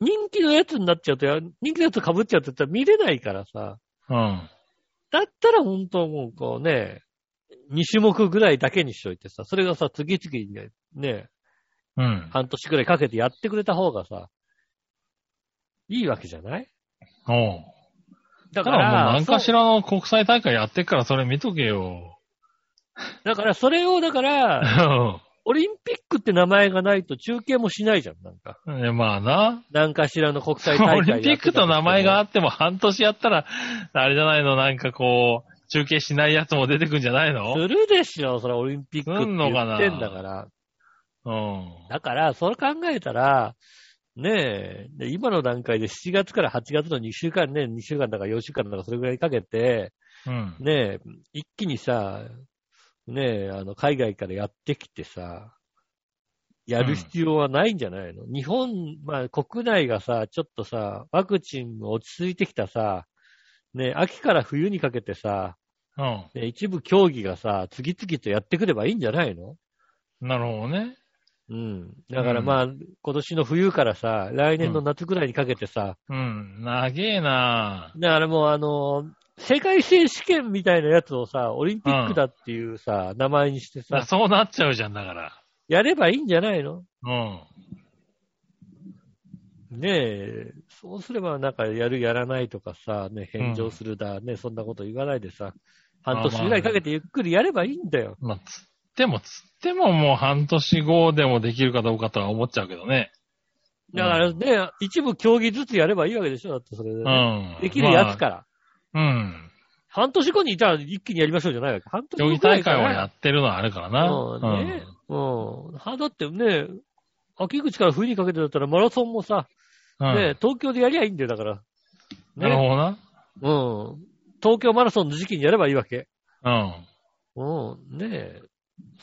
B: 人気のやつになっちゃうと、や人気のやつ被っちゃうとさ見れないからさ、
C: うん。
B: だったら本当もうこうね、2種目ぐらいだけにしといてさ、それがさ、次々にね、ね
C: うん。
B: 半年ぐらいかけてやってくれた方がさ、いいわけじゃない
C: おう
B: だ
C: だ
B: か
C: からもう
B: ら、
C: 何かしらの国際大会やってっからそれ見とけよ。
B: そうだからそれを、だか
C: う
B: ら、
C: ん
B: オリンピックって名前がないと中継もしないじゃん、なんか。
C: いやまあな。
B: 何かしらの国際大会
C: オリンピックと名前があ
B: っ
C: っても半年やったら、あれじゃないの、なんかこう、中継しないやつも出てくんじゃない
B: て
C: の
B: もするでしょ、それはオリンピックって言ってんだ
C: すんの
B: から。
C: うん。
B: だから、それ考えたら、ねえ、で今の段階で7月から8月の2週間ね、2週間だか4週間だかそれぐらいかけて、
C: うん。
B: ねえ、一気にさ、ねえ、あの、海外からやってきてさ、やる必要はないんじゃないの、日本、まあ国内がさ、ちょっとさ、ワクチンも落ち着いてきたさ、ねえ、秋から冬にかけてさ、
C: うん。
B: ねえ一部競技がさ、次々とやってくればいいんじゃないの
C: なるほどね。
B: うん。だからまあ、今年の冬からさ、来年の夏ぐらいにかけてさ、
C: うん。長えな
B: だからもうあの、世界選手権みたいなやつをさ、オリンピックだっていうさ、名前にしてさ、
C: そうなっちゃうじゃんだから。
B: やればいいんじゃないの
C: うん。
B: ねえ、そうすればなんかやるやらないとかさ、ね、返上するだ、ね、そんなこと言わないでさ、半年ぐらいかけてゆっくりやればいいんだよ。
C: まあ、つっても、つってももう半年後でもできるかどうかとは思っちゃうけどね。
B: だからね、一部競技ずつやればいいわけでしょだってそれで、
C: う
B: ね
C: ん。
B: できるやつから。
C: まあ。うん。
B: 半年後にじゃあ一気にやりましょうじゃないわけ。半年
C: 競
B: 後
C: 技
B: くらい
C: 大
B: か
C: 会
B: ら
C: はやってるのはあるからな。
B: うん、ね。うん。は、だってね、秋口から冬にかけてだったらマラソンもさ、
C: うん。うん
B: ね、東京でやりゃいいんだよ、だから。
C: なるほ
B: ね。
C: どな。
B: うん。東京マラソンの時期にやればいいわけ。
C: うん。
B: うん。ねえ。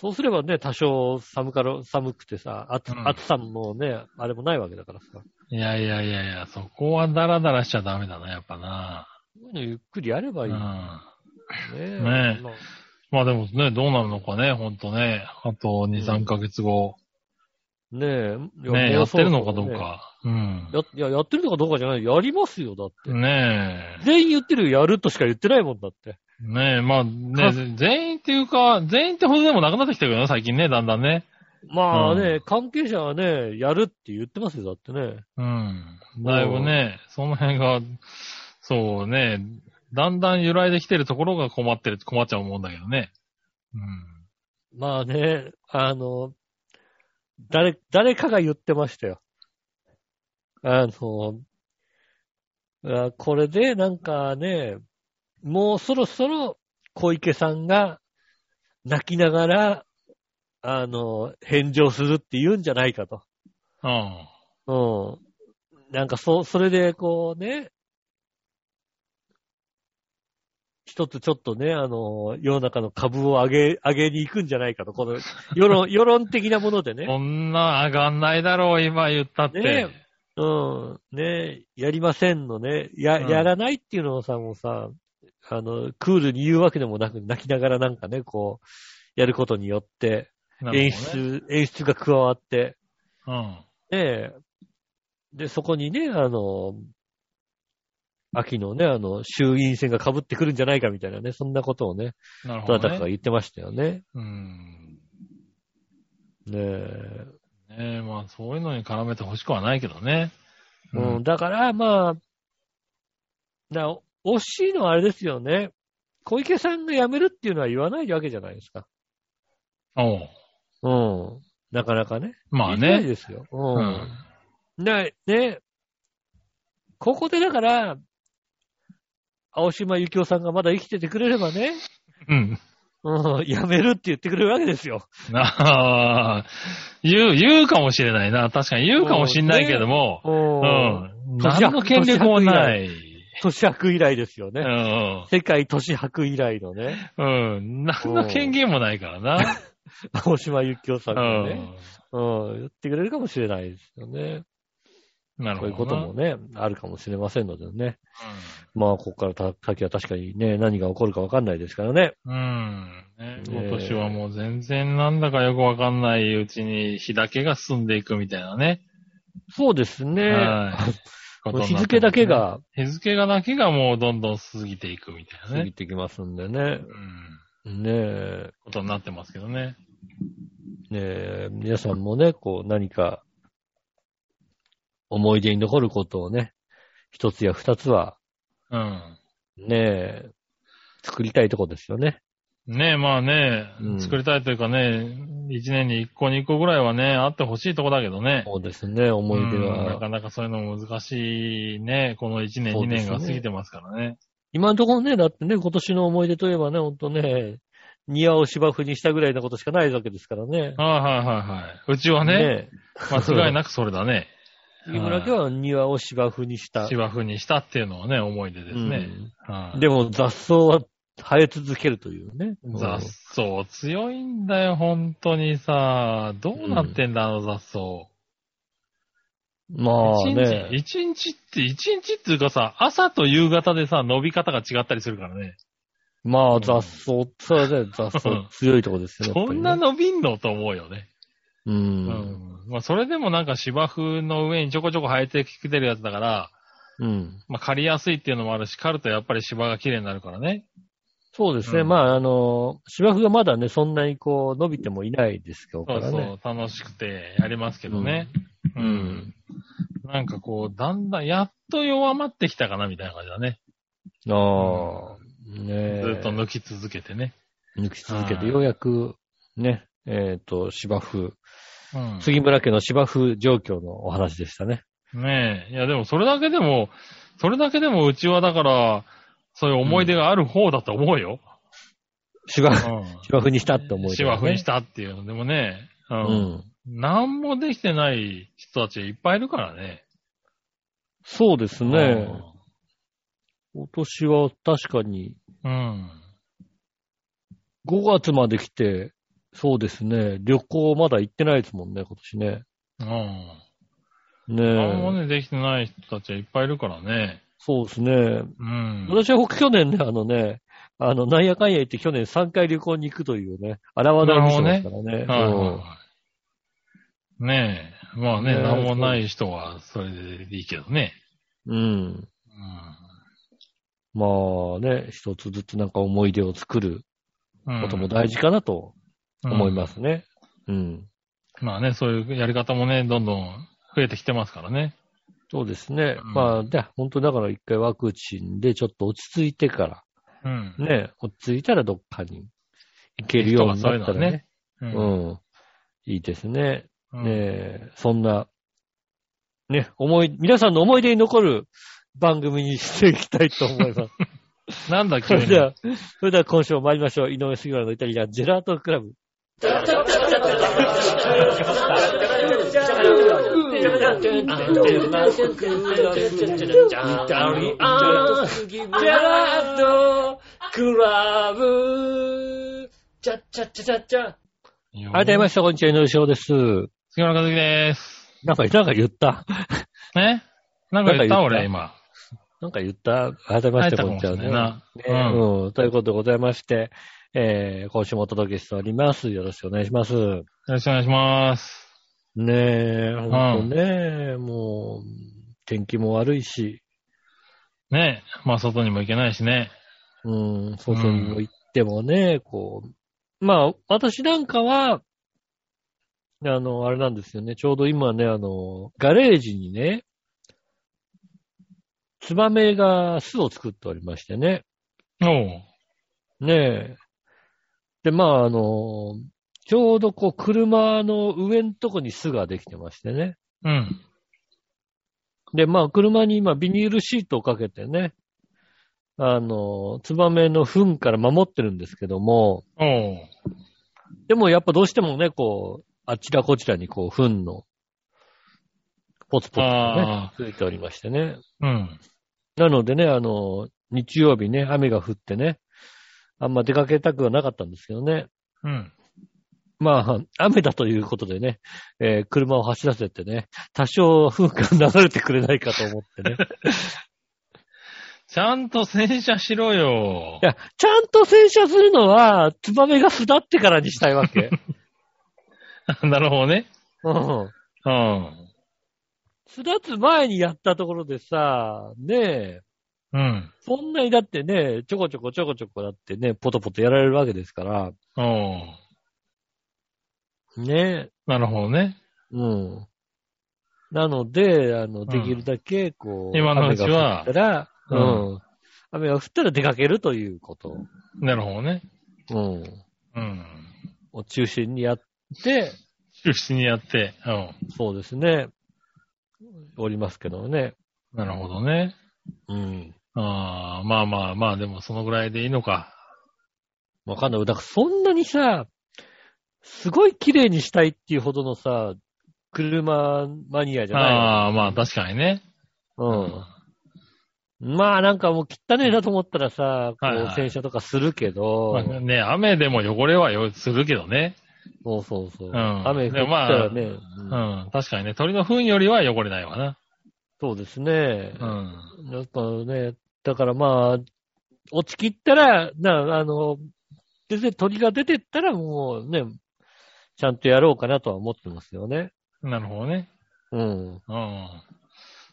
B: そうすればね、多少寒かろ、寒くてさ、暑、
C: うん
B: 暑さもね、あれもないわけだからさ。こ
C: いやいやいやいや、そこはダラダラしちゃダメだな、やっぱな。
B: ういうのゆっくりやれば
C: う
B: い
C: ん。
B: い。ね
C: ま
B: え
C: ねえ
B: まあ
C: あでもね、どうなるのかね、ほんとね。あと2、3ヶ月後。
B: ねえ。いや
C: ね、やってるのかどう。
B: も
C: か。うん。
B: そうそうねや、いや、やってるのかどうかじゃない。やりますよ、だって。
C: ねえ。
B: 全員言ってるよ、やるとしか言ってないもんだって。
C: ねえ、まあ
B: か
C: ね、全員っていうか、全員ってほどでもなくなってきてるよね、最近ね、だんだんね。
B: まあね、
C: う
B: 関係者はね、やるって言ってますよ、だってね。
C: うん。だいぶね、その辺が、そうね、だんだん揺らいできてるところが困ってる、困っちゃうもんだけどね。
B: まあね、あの、誰、誰かが言ってましたよ。あの、あこれでなんかね、もうそろそろ小池さんが泣きながら、あの、返上するって言うんじゃないかと。
C: うん。うん。
B: うん。なんかそ、それでこうね、一つちょっとね、あの、世の中の株を上げ、上げに行くんじゃないかと、こ の、世論、世論的なものでね、
C: こんな上がんないだろう、今言ったって。
B: ねうん、ね、やりませんのね、や、
C: うん
B: やらないっていうのをさ、もうさ、あの、クールに言うわけでもなく、泣きながらなんかね、こう、やることによって、
C: なるほどね
B: 演。出、演出が加わって、
C: うん。
B: ねえ。で、そこにね、あの、秋のね、あの、衆議院選が被ってくるんじゃないかみたいなね、そんなことをね、
C: なる
B: ど
C: ほ
B: なた
C: ど、
B: かが
C: ね。
B: 言ってましたよね。
C: うん。
B: ねえ。
C: ねえ、まあそういうのに絡めてほしくはないけどね。
B: うん、。だから、まあ、な、惜しいのはあれですよね。小池さんが辞めるっていうのは言わないわけじゃないですか。
C: おう
B: うん。なかなかね。
C: まあ
B: 言いづらい
C: ね。
B: ですよ。
C: う
B: うん
C: ん。
B: な、ね、ここでだから、青島幸男さんがまだ生きててくれればね、
C: うん。
B: うん、やめるって言ってくれるわけですよ。
C: なあ、言う、言うかもしれないな。確かに言うかもしれないけども、
B: う。
C: うんん。何の権力もない。
B: 都市博以来ですよ
C: う
B: ね。
C: ん。
B: 世界都市博以来のね、
C: うん。何の権限もないからな。
B: 青島幸男さん
C: う
B: がね、
C: ん。
B: うん、言ってくれるかもしれないですよね。
C: なる
B: そ
C: ほどな。
B: ういうこともね、あるかもしれませんのでね。まあ、ここからた先は確かにね、何が起こるかわかんないですからね。
C: うん。うん。ね
B: ねえ
C: 今年はもう全然なんだかよくわかんないうちに日だけが進んでいくみたいなね。
B: そうですね。
C: はいことになって
B: 日
C: ますね
B: 付だけ。が
C: 日付がだけがもうどんどん過ぎていくみたいな
B: 過ぎ
C: ね。
B: てきますんでね
C: う。ん。
B: ねえ、
C: ことになってますけどね。
B: ねえ、皆さんもね、こう何か思い出に残ることをね、一つや二つは、
C: うん。
B: ねえ、作りたいとこですよね。
C: ねえ、まあね、
B: うん
C: 作りたいというかね、一年に一個二個ぐらいはね、あってほしいとこだけどね。
B: そうですね、思い出
C: うんな
B: は。
C: かなかそういうのも難しいね、この一年
B: そう
C: 二
B: ですね
C: 年が過ぎてますからね。
B: 今のところね、だってね、今年の思い出といえばね、ほんとね、庭を芝生にしたぐらいのことしかないわけですからね。
C: はいはいはいはい。うちは
B: え
C: ね、間違いなくそれだね。
B: 木村家は庭を芝生にした。
C: 芝生にしたっていうのはね、思い出ですね。はい
B: でも雑草は生え続けるというね。
C: 雑草強いんだよ、本当にさ。どうなってんだ、あの雑草。
B: うんまあ
C: 一日、
B: ね。
C: 一日って、一日っていうかさ、朝と夕方でさ、伸び方が違ったりするからね。
B: まあ雑草、それで雑草強いとこですよね。
C: そんな
B: やっぱ
C: 伸びんのと思うよね。
B: りね
C: う。まあ、それでもなんか芝生の上にちょこちょこ生えてきてるやつだから、
B: うん。うん。
C: まあ、刈りやすいっていうのもあるし、刈るとやっぱり芝が綺麗になるからね。
B: そうですね。
C: うん
B: まあ、あの、芝生がまだね、そんなにこう、伸びてもいないですけど
C: そ
B: か
C: う
B: らね。
C: そう、楽しくてやりますけどね。うん。なんかこう、だんだん、やっと弱まってきたかな、みたいな感じだね。
B: ああ、ねえ
C: ずっと抜き続けてね。
B: 抜き続け
C: は
B: て、
C: い
B: ようやく、ね、えっ、と、芝生、
C: うん。
B: 杉村家の芝生状況のお話でしたね。
C: ねえ。いや、でもそれだけでも、それだけでもうちはだから、そういう思い出がある方だと思うよ。
B: 芝
C: う
B: 生、
C: ん。
B: 芝生にしたって思い出が
C: 芝
B: ね、
C: 生にしたっていうのでもね、う。
B: うんん。
C: なんもできてない人たちいっぱいいるからね。
B: そうですね。
C: うん
B: 今年は確かに、
C: うん。
B: 5月まで来て、そうですね、旅行まだ行ってないですもんね、今年ね。
C: うん。なんも
B: ねえ。
C: ね、できてない人たちはいっぱいいるからね。
B: そうですね。
C: うん。
B: 私は僕去年ね、あのね、あの、なんやかんや言って去年3回旅行に行くというね、荒技を見せますからね。
C: はいはい
B: うん
C: はい。ねえ。まあね、
B: ねえ
C: なんもない人はそれでいいけどね。
B: うん。まあね、一つずつなんか思い出を作る
C: うん。。
B: ことも大事かなと思いますすね。うん。
C: まあね、そういうやり方もね、どんどん増えてきてますからね。
B: そうですね。
C: うん
B: まあ、で、本当だから一回ワクチンでちょっと落ち着いてか
C: うん。
B: ら、ね、落ち着いたらどっかに行けるようになったらね、
C: う。
B: うんん。いいですね。
C: う
B: ね
C: ん
B: えそんな、ね、思い、皆さんの思い出に残る番組にしていきたいと思います。
C: なんだ、
B: そ
C: 急
B: れ
C: に。
B: では、それでは今週も参りましょう。井上杉村のイタリアンジェラートクラブ。改めま
C: し
B: して、こんにちは、井上翔です。
C: 杉村和樹です。
B: なんか、なんか言った。
C: ねなんか言った
B: なんか言った
C: 俺、今。
B: なんか言った。改めま
C: 入
B: し、
C: ってたか
B: こん
C: も
B: に
C: し
B: ちは
C: れ
B: ね。
C: ない
B: ね
C: な。うん。
B: うんということでございまして、えー、今週もお届けしております。よろしくお願いします。
C: よろしくお願いします。
B: ねえ、ほんとね、もう、天気も悪いし、
C: ねまあ、外にも行けないしね。
B: うん、外にも行ってもね、こう、まあ、私なんかは、あの、あれなんですよね、ちょうど今ね、あの、ガレージにね、ツバメが巣を作っておりましてね、
C: おう。
B: ねえ。で、まあ、あの、ちょうどこう、車の上のとこに巣ができてましてね。
C: うん。
B: で、まあ、車に今、ビニールシートをかけてね、あの、ツバメの糞から守ってるんですけども、
C: おう。
B: でもやっぱどうしてもね、こう、あちらこちらにこう、糞の、ポツポツとね、
C: ああ。
B: ついておりましてね。
C: うん。
B: なのでね、あの、日曜日ね、雨が降ってね、あんま出かけたくはなかったんですけどね。
C: うん。
B: まあ、雨だということでね、えー車を走らせてね、多少風間流れてくれないかと思ってね。
C: ちゃんと洗車しろよ
B: い。や、ちゃんと洗車するのは、ツバメが巣立ってからにしたいわ け。
C: なるほどね。
B: うん。
C: うん。
B: 巣立つ前にやったところでさ、ねえ、
C: うん。
B: そんなにだってね、ちょこちょこちょこちょこだってね、ポトポトやられるわけですから、
C: おう。
B: ねえ、
C: なるほどね。
B: うん。なので、あの、
C: ん
B: できるだけ、こう、
C: 今のうちは
B: 雨が降ったら、
C: う
B: うん。雨が降ったら出かけるということ。
C: なるほどね。
B: うん。
C: うん。
B: を中心にやって、
C: 中心にやって。うん。
B: そうですね、おりますけどね。
C: なるほどね。
B: うん。
C: ああ、まあまあまあ、でもそのぐらいでいいのか。
B: わかんない。だからそんなにさ、すごい綺麗にしたいっていうほどのさ、車マニアじゃないわ。
C: ああ、まあ確かにね。
B: うん。まあなんかもう汚ねえなと思ったらさ、こ
C: はいは
B: う
C: い
B: 洗車とかするけど、
C: まあね、雨でも汚れはよするけどね。
B: そうそうそう。
C: ん
B: 雨降ったらね、う
C: うんん。確かにね、鳥の糞よりは汚れないわな。
B: そうですね。
C: うん。
B: やっぱね、だからまあ、落ちきったら、な、あの、全然鳥が出てったらもうね、ちゃんとやろうかなとは思ってますよね。
C: なるほどね。
B: うん。
C: うん。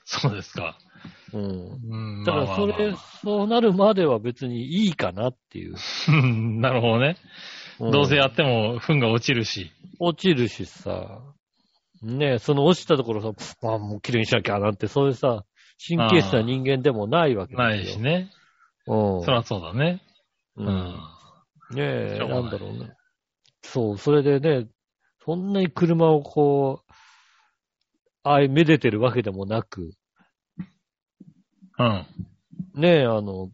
C: そうですか。
B: うん。
C: うん。
B: だからそ
C: まあまあ
B: れ
C: まあ、
B: そうなるまでは別にいいかなっていう。
C: うんなるほどね。
B: ん
C: どうせやっても糞が落ちるし。
B: 落ちるしさ、ねえ、その落ちたところさ、ああもう綺麗にしなきゃなんて、そういうさ、神経質な人間でもないわけですよ。
C: ないし。ね。
B: うん。
C: そらそうだね。
B: う。
C: うんん。
B: ねえ、
C: しょうが
B: な
C: ない
B: んだろうね。そう、それでね、そんなに車をこう、あい、めでてるわけでもなく、
C: うん。
B: ねえ、あの、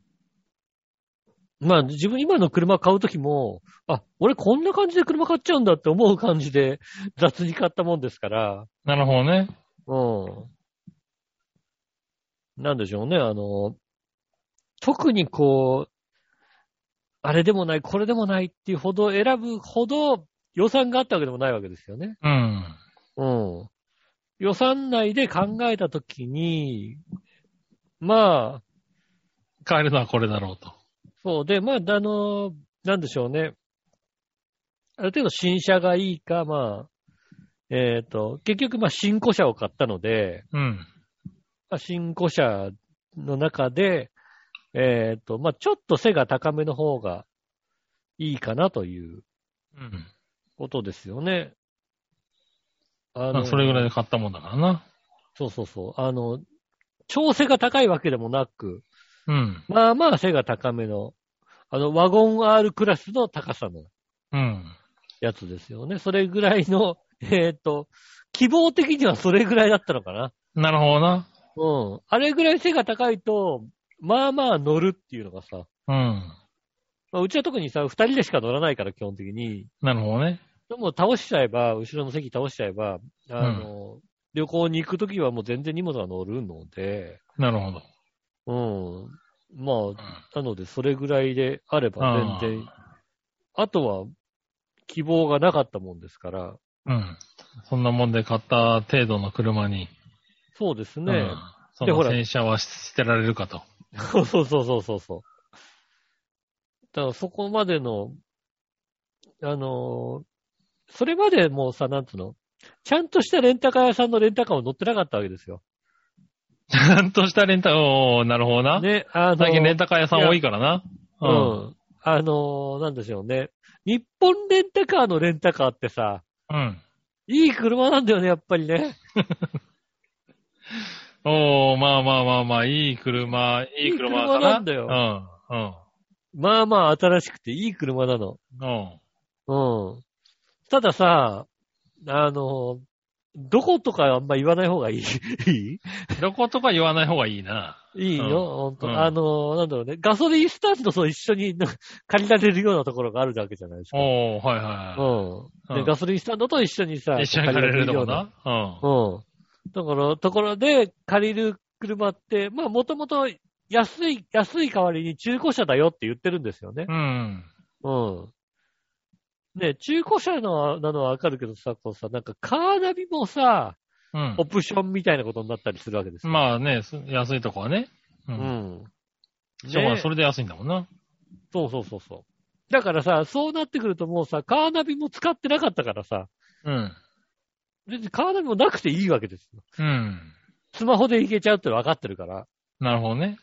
B: まあ自分今の車買うときも、あ、俺こんな感じで車買っちゃうんだって思う感じで 雑に買ったもんですから、
C: なるほどね。
B: うん。なんでしょうね、あの、特にこう、あれでもない、これでもないっていうほど選ぶほど予算があったわけでもないわけですよね。
C: うん。
B: うん。予算内で考えたときに、まあ、
C: 変えるのはこれだろうと。
B: そうで、まあ、あの、なんでしょうね。ある程度新車がいいか、まあ、えっ、と、結局、まあ、新古車を買ったので、
C: うん。
B: まあ、新古車の中で、えっ、と、まあ、ちょっと背が高めの方がいいかなという
C: うん。
B: ことですよね。あ
C: まあそれぐらい
B: い。
C: で買ったもんだからな。
B: そうそうそう。あの、超背が高いわけでもなく、
C: うん。
B: まあまあ背が高めの、あの、ワゴン R クラスの高さの
C: うん。
B: やつですよね。それぐらいの、 えっ、と、希望的にはそれぐらいだったのかな。
C: なるほどな。
B: うん。あれぐらい背が高いと、まあまあ乗るっていうのがさ、
C: うん。
B: まあ、うちは特にさ、二人でしか乗らないから、基本的に。
C: なるほどね。
B: でも倒しちゃえば、後ろの席倒しちゃえば、あの、旅行に行くときはもう全然荷物が乗るので、
C: なるほど。
B: うん。まあ、なので、それぐらいであれば
C: あー
B: 全然、あとは、希望がなかったもんですから、
C: うん。そんなもんで買った程度の車に。
B: そうです
C: う
B: ね
C: ん。そ
B: でほ
C: の
B: ら
C: 洗車はし捨てられるかと。
B: そうそうそうそうそうそう。だからそこまでの、あのーそれまでもうさ、なんつうの、ちゃんとしたレンタカー屋さんのレンタカーを乗ってなかったわけですよ。
C: ちゃんとしたレンタカー、おーなるほどな。
B: ね、あのー
C: 最近レンタカー屋さん多いからな。
B: う。ん。あのーなんでしょうね。日本レンタカーのレンタカーってさ、
C: うん。
B: いい車なんだよね、やっぱりね。
C: おー、まあまあまあまあ、いい車、いい車
B: いい車
C: だな。
B: なんだよ
C: うん。うん。
B: まあまあ新しくていい車なの。
C: うん。
B: うん。たださ、あのーどことかあんま言わない方がいい。いい
C: どことか言わない方がいいな。
B: いいよ、ほんと。
C: うん
B: あのー、なんだろうね。ガソリンスタンドと一緒にな借りられるようなところがあるわけじゃないですか。
C: おー、はいはいは
B: うん。
C: う
B: で、
C: ん
B: ガソリンスタンドと一緒にさ、
C: い。一緒に借りれると
B: 借
C: こ
B: りられ
C: な。うん。
B: るような。うん。だから、ところで借りる車って、まあ、もともと安い、安い代わりに中古車だよって言ってるんですよね。
C: うん。
B: うん。ね、中古車のなのはわかるけどさ、こうさ、なんかカーナビもさ、
C: うん
B: オ。プションみたいなことになったりするわけですよ。
C: まあね、す安いとこはね。う。
B: うんん。
C: しか
B: ね
C: もそれで安いんだもんな。
B: そうそうそうそう。だからさ、そうなってくるともうさ、カーナビも使ってなかったからさ、
C: うん。
B: 別にカーナビもなくていいわけですよ。
C: うん。
B: スマホで行けちゃうって分かってるから。
C: なるほどね。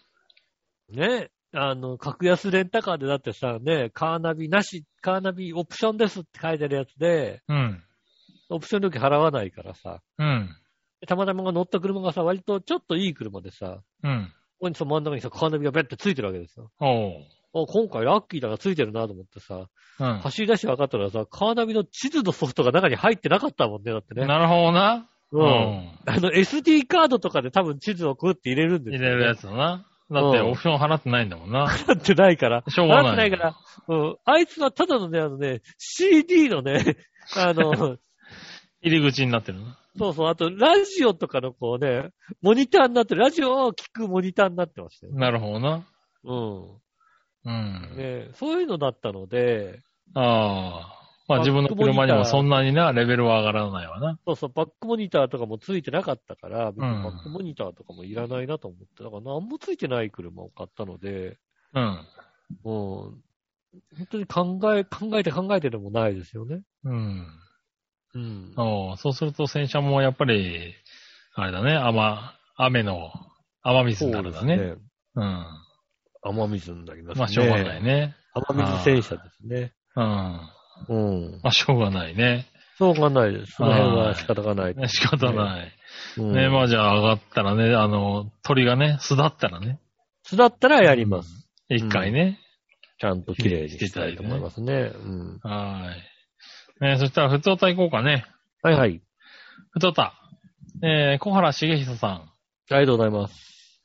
B: ね。あの、格安レンタカーでだってさ、ね、カーナビなし、カーナビオプションですって書いてあるやつで、
C: うん。
B: オプション料金払わないからさ、
C: うん。
B: たまたまが乗った車がさ、割とちょっといい車でさ、
C: うん。
B: ここにさ、真ん中にさ、カーナビがベッてついてるわけですよ。
C: おう。
B: あ今回ラッキーだからついてるなと思ってさ、
C: うん。
B: 走り出して分かったらさ、カーナビの地図のソフトが中に入ってなかったもんね、だってね。
C: なるほどな。
B: うん。あの、SD カードとかで多分地図をグって入れるんです
C: 入
B: よ、
C: れるやつだな。だってオプション払ってないんだもん な。
B: つ。なってないから。
C: しょう
B: な
C: がな
B: っ
C: い。
B: てないから。うん。あいつはただのね、あのね、CD のね、あの、
C: 入り口になってるの。
B: そうそう。あと、ラジオとかのこうね、モニターになってる、ラジオを聞くモニターになってましたよ。
C: なるほどな。
B: う。
C: うんん。
B: ねそういうのだったので、
C: ああ。まあ
B: バッ
C: 自
B: ク
C: 分の車に
B: モニ
C: も
B: ター
C: そんなにな、レベルは上がらないわな。
B: そうそう、バックモニターとかもついてなかったから、別に
C: うん
B: バックモニターとかもいらないなと思って、だから何もついてない車を買ったので、
C: うん。
B: もう、本当に考え、考えて考えてでもないですよね。
C: うん。
B: うん。
C: おうそうすると洗車もやっぱり、あれだね、雨、雨の、雨水になるんだね。
B: そうです。
C: うん。
B: 雨水になりますね。
C: まあしょうがない。ね。
B: 雨水戦車ですね。
C: うん。
B: うん。
C: まあしょうがないね。
B: しょうがないです。その辺は仕方がない。
C: ね仕方ない。
B: うん
C: ね、まあじゃあ上がったらね、あの、鳥がね、巣立ったらね、
B: 巣だったらやります。
C: 一回ね。
B: ちゃんと綺麗にしたいと思いますね。うん。
C: はーい。ね、そしたら、ふつおた行こうかね。
B: はいはい。
C: ふつおた。えー、小原茂久さん。
B: ありがとうございます。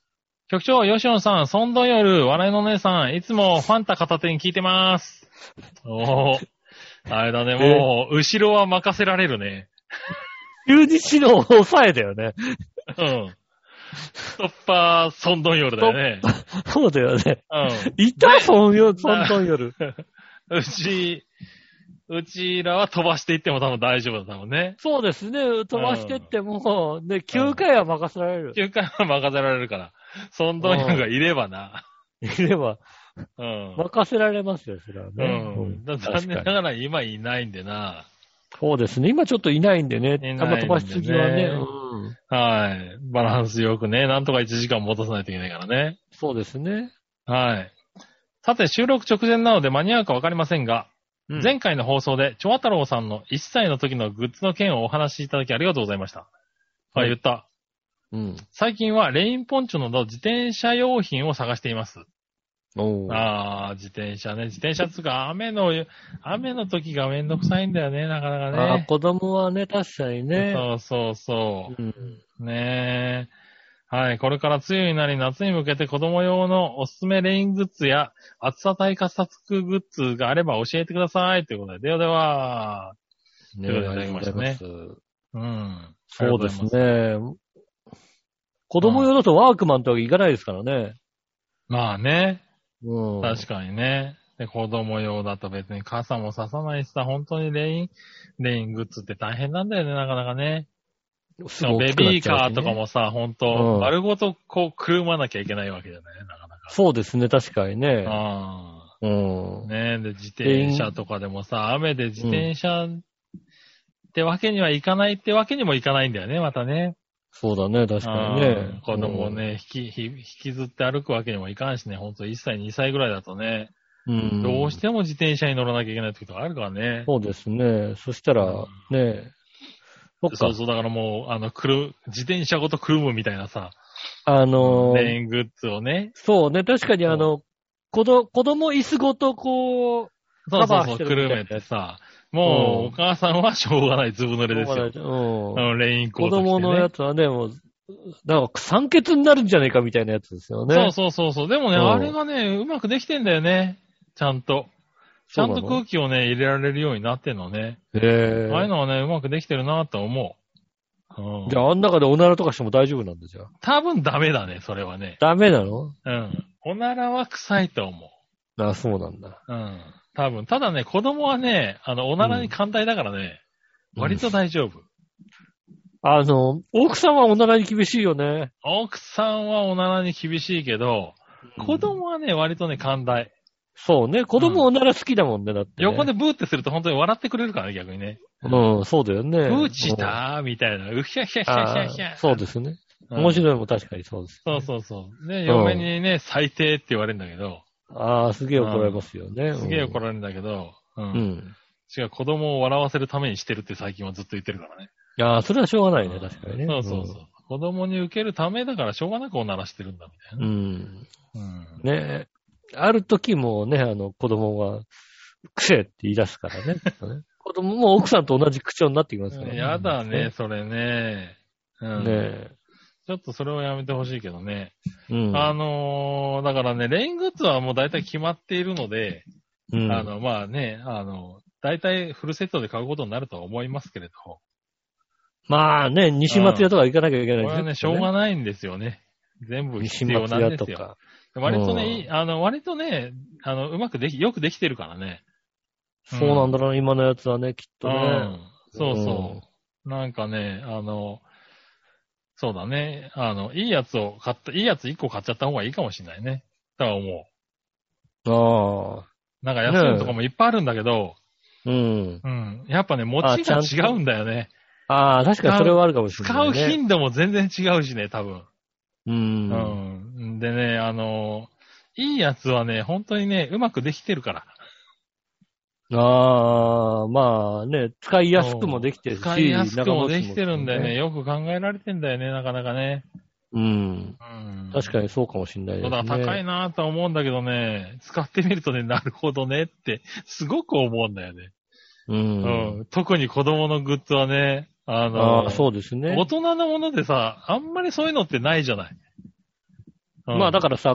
C: 局長、吉野さん、ソンドヨル、笑いのお姉さん、いつもファンタ片手に聞いてます。おー。あれだね、もう、後ろは任せられるね。
B: 急に死の抑えだよね。
C: うん。ストッパー、ソンドヨルだよね。
B: そうだよね。
C: う
B: いた、そんよ、そんとん夜。
C: ん。うち、うちらは飛ばしていっても多分大丈夫だもんね。
B: そうですね。飛ばしてっても、ね、9回は任せられる。
C: 9回は任せられるから。ソンドヨルがいればな。
B: いれば、
C: うん。
B: 任せられますよ、それはね。
C: うん。だ残念な
B: 確かに
C: がら今いないんでな。
B: そうですね。今ちょっといないんでね。
C: いないんでね
B: あんま飛ばしすぎはね。うん
C: はい。バランスよくね、なんとか1時間持たさないといけないからね。
B: そうですね。
C: はい。さて、収録直前なので間に合うかわかりませんが、
B: うん
C: 前回の放送で、チョワ太郎さんの1歳の時のグッズの件をお話しいただきありがとうございました。
B: は
C: はいい、言った。
B: うん。
C: 最近はレインポンチョなど自転車用品を探しています。
B: おー
C: あー、自転車ね。自転車っつうか、雨の、雨の時がめんどくさいんだよね、なかなか
B: あー
C: ね。
B: 子供はね、確かにね。
C: そうそうそう。
B: うん
C: ねえ。はい。これから梅雨になり、夏に向けて子供用のおすすめレイングッズや暑さ対価サクグッズがあれば教えてください。ということで、ではでは。
B: ね
C: ということでいただきました
B: あ
C: ね
B: りがとうございます
C: うん。
B: そうです
C: ありがとございます。
B: ね。子供用だとワークマンとはいかないですからね。
C: まあね。
B: うん。
C: 確かにね。で、子供用だと別に傘もささないしさ、本当にレイン、レイングッズって大変なんだよね、なかなかね。
B: すぐ大
C: ベ
B: きくなっ
C: ビー
B: ちゃ
C: カ
B: うしね
C: ーとか。もさ、本
B: う
C: 当
B: ん
C: 丸ごとこう、くるまなきゃいけないわけじゃない、なかなか。
B: そうですね、確かにね。
C: ああ。
B: うん。
C: ねえ、で、自転車とかでもさ、雨で自転車ってわけにはいかないってわけにもいかないんだよね、またね。
B: そうだね、確かに
C: うん
B: ね。
C: 子供をね、引き、ひ引きずって歩くわけにもいかんしね、ほんと1歳、2歳ぐらいだとね、
B: うん、うん。
C: どうしても自転車に乗らなきゃいけない時とかあるからね。
B: そうですね。そしたら、ね、そっ
C: そ
B: か
C: う、そう、だからもう、あの、くる、自転車ごとくるむみたいなさ、
B: あのー
C: レイングッズをね、
B: そうね、確かにあの、子ど子供椅子ごとこう、
C: そう
B: カ
C: そ
B: バ
C: う
B: ー
C: そ
B: し
C: う、
B: て
C: く
B: るみ
C: る
B: たいな
C: めてさ、もう、
B: うん
C: お母さんはしょうがない、ずぶ濡れですよ。
B: うん
C: あのレインコ
B: 子
C: ート着てね
B: 供のやつはね、もう、なんか酸欠になるんじゃねえかみたいなやつですよね。
C: そうそうそうそう。でもね、
B: うん
C: あれがね、うまくできてんだよね。ちゃんと。ちゃんと
B: そうなの
C: 空気をね、入れられるようになってんのね。
B: へえ
C: ああいうのはね、うまくできてるなと思う。うん
B: じゃあ、あん中でおならとかしても大丈夫なんだじゃあ。
C: 多分ダメだね、それはね。
B: ダメなの
C: うん。おならは臭いと思
B: あ、そうなんだ。
C: う。うん。多分。ただね、子供はね、あの、おならに寛大だからね、割と大丈夫。
B: あの、奥さんはおならに厳しいよね。
C: 奥さんはおならに厳しいけど、子
B: うん
C: 供はね、割とね、寛大。
B: そうね。子供おなら好きだもんね、だって、ね。
C: 横で。ブーってすると本当に笑ってくれるからね、逆にね。
B: うん、そうだよね。
C: ブーチだーみたいな。うひゃひゃひゃひゃ
B: あ
C: ひゃ。
B: そうですね。
C: うん
B: 面白いも確かにそうです。
C: そうそうそう。ね、
B: ん
C: 嫁にね、最低って言われるんだけど、
B: ああ、すげえ怒られますよね。
C: すげえ怒
B: れ
C: られるんだけど、う。
B: うんん。
C: 違う、子供を笑わせるためにしてるって最近はずっと言ってるからね。
B: いやーそれはしょうがないね、確かにね。
C: そうそうそう。子供に受けるためだからしょうがなくおならしてるんだ、みたい
B: うん。うん。
C: な。うん。
B: ねえ。ある時もね、あの、子供が、癖って言い出すから ね。きっとね子供も奥さんと同じ口調になってきますからね。
C: やだね、それね。うん。
B: ねえ。
C: ちょっとそれをやめてほしいけどね。
B: うん。
C: あのー、だからね、レイングッズはもう大体決まっているので、
B: うん
C: あの、まあね、あの、大体フルセットで買うことになるとは思いますけれど、
B: まあね、西松屋とか行かなきゃいけ
C: こ
B: な
C: れ
B: いです
C: はね、しょうがないんですよね。全部
B: 西
C: 必要
B: 松
C: なん
B: 屋
C: で
B: と
C: すよ。
B: か。
C: 割と
B: うん
C: ね、いいあの、割とね、あの、うまくでき、よくできてるからね。
B: そうなんだろうな、今のやつはね、きっとね。
C: うんそうそう。なんかね、あの、そうだね。あの、いいやつを買った、いいやつ1個買っちゃった方がいいかもしれないね。とは思
B: ああ。
C: う。なんか安いのとかもいっぱいあるんだけど、
B: うん。
C: うん。やっぱね、持
B: あ
C: ち
B: ちゃ
C: が
B: んと
C: 違うんだよね。
B: ああ、確かにそれはあるかもしれ
C: 使
B: ないうね。
C: 頻度も全然違うしね、多分。
B: うん。
C: うん。でね、あの、いいやつはね、本当にね、うまくできてるから。
B: ああ、まあね、使いやすくもできてるし、
C: 使いやすくもできてるんだよ
B: 長
C: ね。よく考えられてんだよね、なかなかね。
B: 持ちもね。
C: うん
B: うん。。確かにそうかもしれないです
C: そう
B: ね。
C: だ、高いなぁとは思うんだけどね、使ってみるとね、なるほどねって、すごく思うんだよね。
B: う。
C: うんん。特に子供のグッズはね、あの、
B: ああ、そうですね
C: 大。人のものでさ、あんまりそういうのってないじゃない。うん
B: まあだからさ、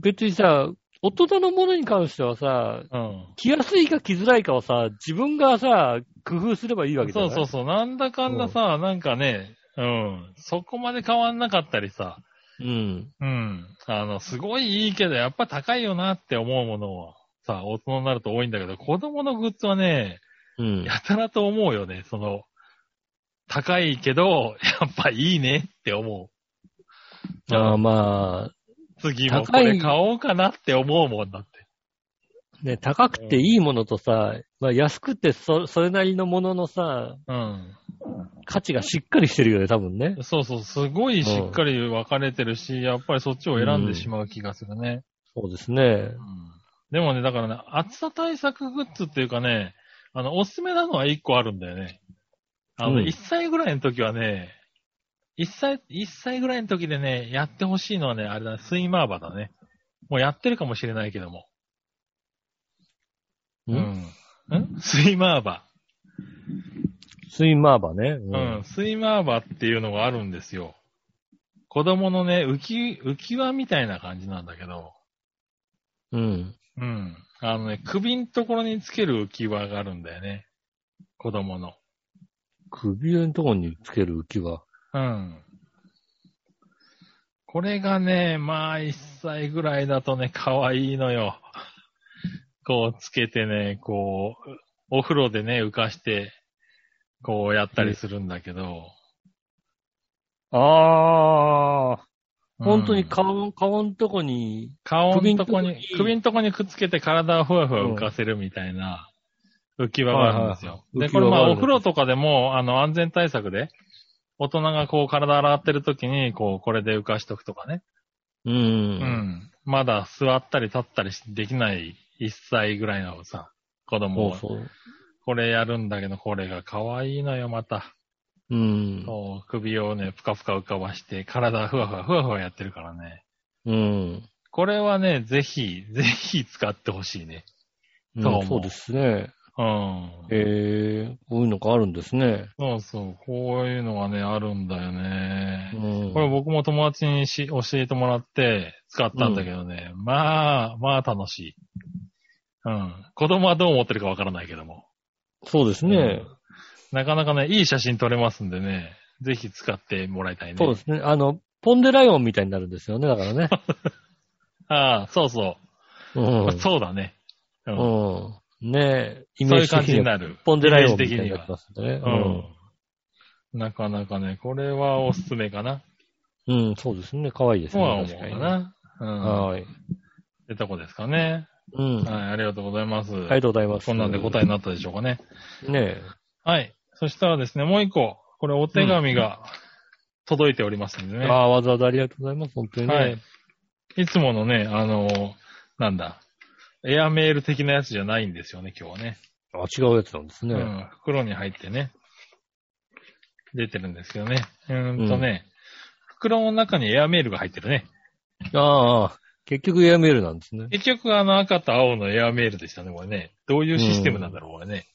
B: 別にさ、大人のものに関してはさ、
C: うん。
B: 着やすいか着づらいかをさ、自分がさ、工夫すればいいわけじゃ
C: そ
B: な
C: う
B: い
C: そうそう。なんだかんださ、なんかね、うん。そこまで変わんなかったりさ、
B: うん。
C: うん。あの、すごいいいけど、やっぱ高いよなって思うものは、さ、大人になると多いんだけど、子供のグッズはね、
B: うん。
C: やたらと思うよね。その、高いけど、やっぱいいねって思う。
B: ああまあ、
C: 次もこ
B: 高い
C: れ買おうかなって思うもんだって。
B: ね、高くていいものとさ、まあ安くてそそれなりのもののさ、
C: うん。
B: 価値がしっかりしてるよね、多分ね。
C: そうそう、すごいしっかり分かれてるし、やっぱりそっちを選んでしまう気がするね。
B: そうですね。
C: でもね、だからね、暑さ対策グッズっていうかね、あの、おすすめなのは1個あるんだよね。あの、
B: うん
C: 1歳ぐらいの時はね、1歳、1歳ぐらいの時でね、やってほしいのはね、あれだね、スイマーバーだね。もうやってるかもしれないけども。
B: うん
C: うん。スイマーバ
B: スイマーバね。う
C: ー。うん、スイマーバーっていうのがあるんですよ。子供のね、浮き、浮き輪みたいな感じなんだけど、
B: うん。
C: うん。あのね、首のところにつける浮き輪があるんだよね。子供の。
B: 首のところにつける浮き輪。
C: うん。これがね、まあ、1歳ぐらいだとね、可愛いのよ。こう、つけてね、こう、お風呂でね、浮かして、こうやったりするんだけど。
B: ああ、本当
C: う
B: に
C: ん
B: 顔、顔のとこに、
C: 顔のとこに、首
B: 首
C: のとこにくっつけて体をふわふわ浮かせるみたいな浮き輪があるんですよ。
B: はいはいはい
C: で、こ
B: 浮き輪
C: れま
B: があ
C: あ
B: る
C: お風呂とかでも、あの安全対策で、大人がこう体洗ってる時に、こうこれで浮かしとくとかね。
B: う。
C: うんん。まだ座ったり立ったりできない1歳ぐらいのさ、子供
B: そう
C: は
B: そう。
C: これやるんだけど、これが可愛いのよ、また。
B: うん。
C: こう首をね、ぷかぷか浮かばして、体ふわふわふわふわやってるからね。
B: うん。
C: これはね、ぜひ、ぜひ使ってほしいね。
B: うん
C: そう思う
B: そうですね。
C: うん。
B: ええこういうのがあるんですね。
C: そうそう、こういうのがね、あるんだよ
B: う
C: ね。
B: ん。
C: これ僕も友達にし教えてもらって使ったんだけどね、まあ、まあ楽しい。うん。子供はどう思ってるかわからないけども。
B: そうですね。
C: なかなかね、いい写真撮れますんでね、ぜひ使ってもらいたいね。
B: そうですね。あの、ポンデライオンみたいになるんですよね、だからね。
C: ああ、そうそうう。
B: ん。
C: そうだね。うん。
B: うん。ねえ、イ
C: そ
B: メー
C: ういう
B: ジ
C: 感
B: 的
C: じに
B: には
C: なる。
B: ポンデライオン
C: イメー
B: みた
C: ジ的
B: い
C: に
B: に
C: は
B: なってますんでね。
C: うん。なかなかね、これはおすすめかな。
B: うん。うん、そうですね。可愛いです
C: と
B: ね。
C: は思う
B: 確
C: か
B: かにね。
C: な。うん。
B: はい。
C: ってとこですかね。
B: うん。
C: はい、ありがとうございます。
B: ありがとうございます。
C: こんなんで答えになったでしょうかね。
B: え。ねえ。
C: はい。そしたらですね、もう一個、これお手紙が届いておりますんでね。
B: ああ、わざわざありがとうございます。本当にね。
C: はい。いつものね、あのーなんだ、エアメール的なやつじゃないんですよね、今日はね。
B: あ違うやつなんですね。
C: うん、袋に入ってね、出てるんですけどね。うーんとね、袋の中にエアメールが入ってるね。
B: ああ、結局エアメールなんですね。
C: 結局、あの赤と青のエアメールでしたね、これね。どういうシステムなんだろう、これね。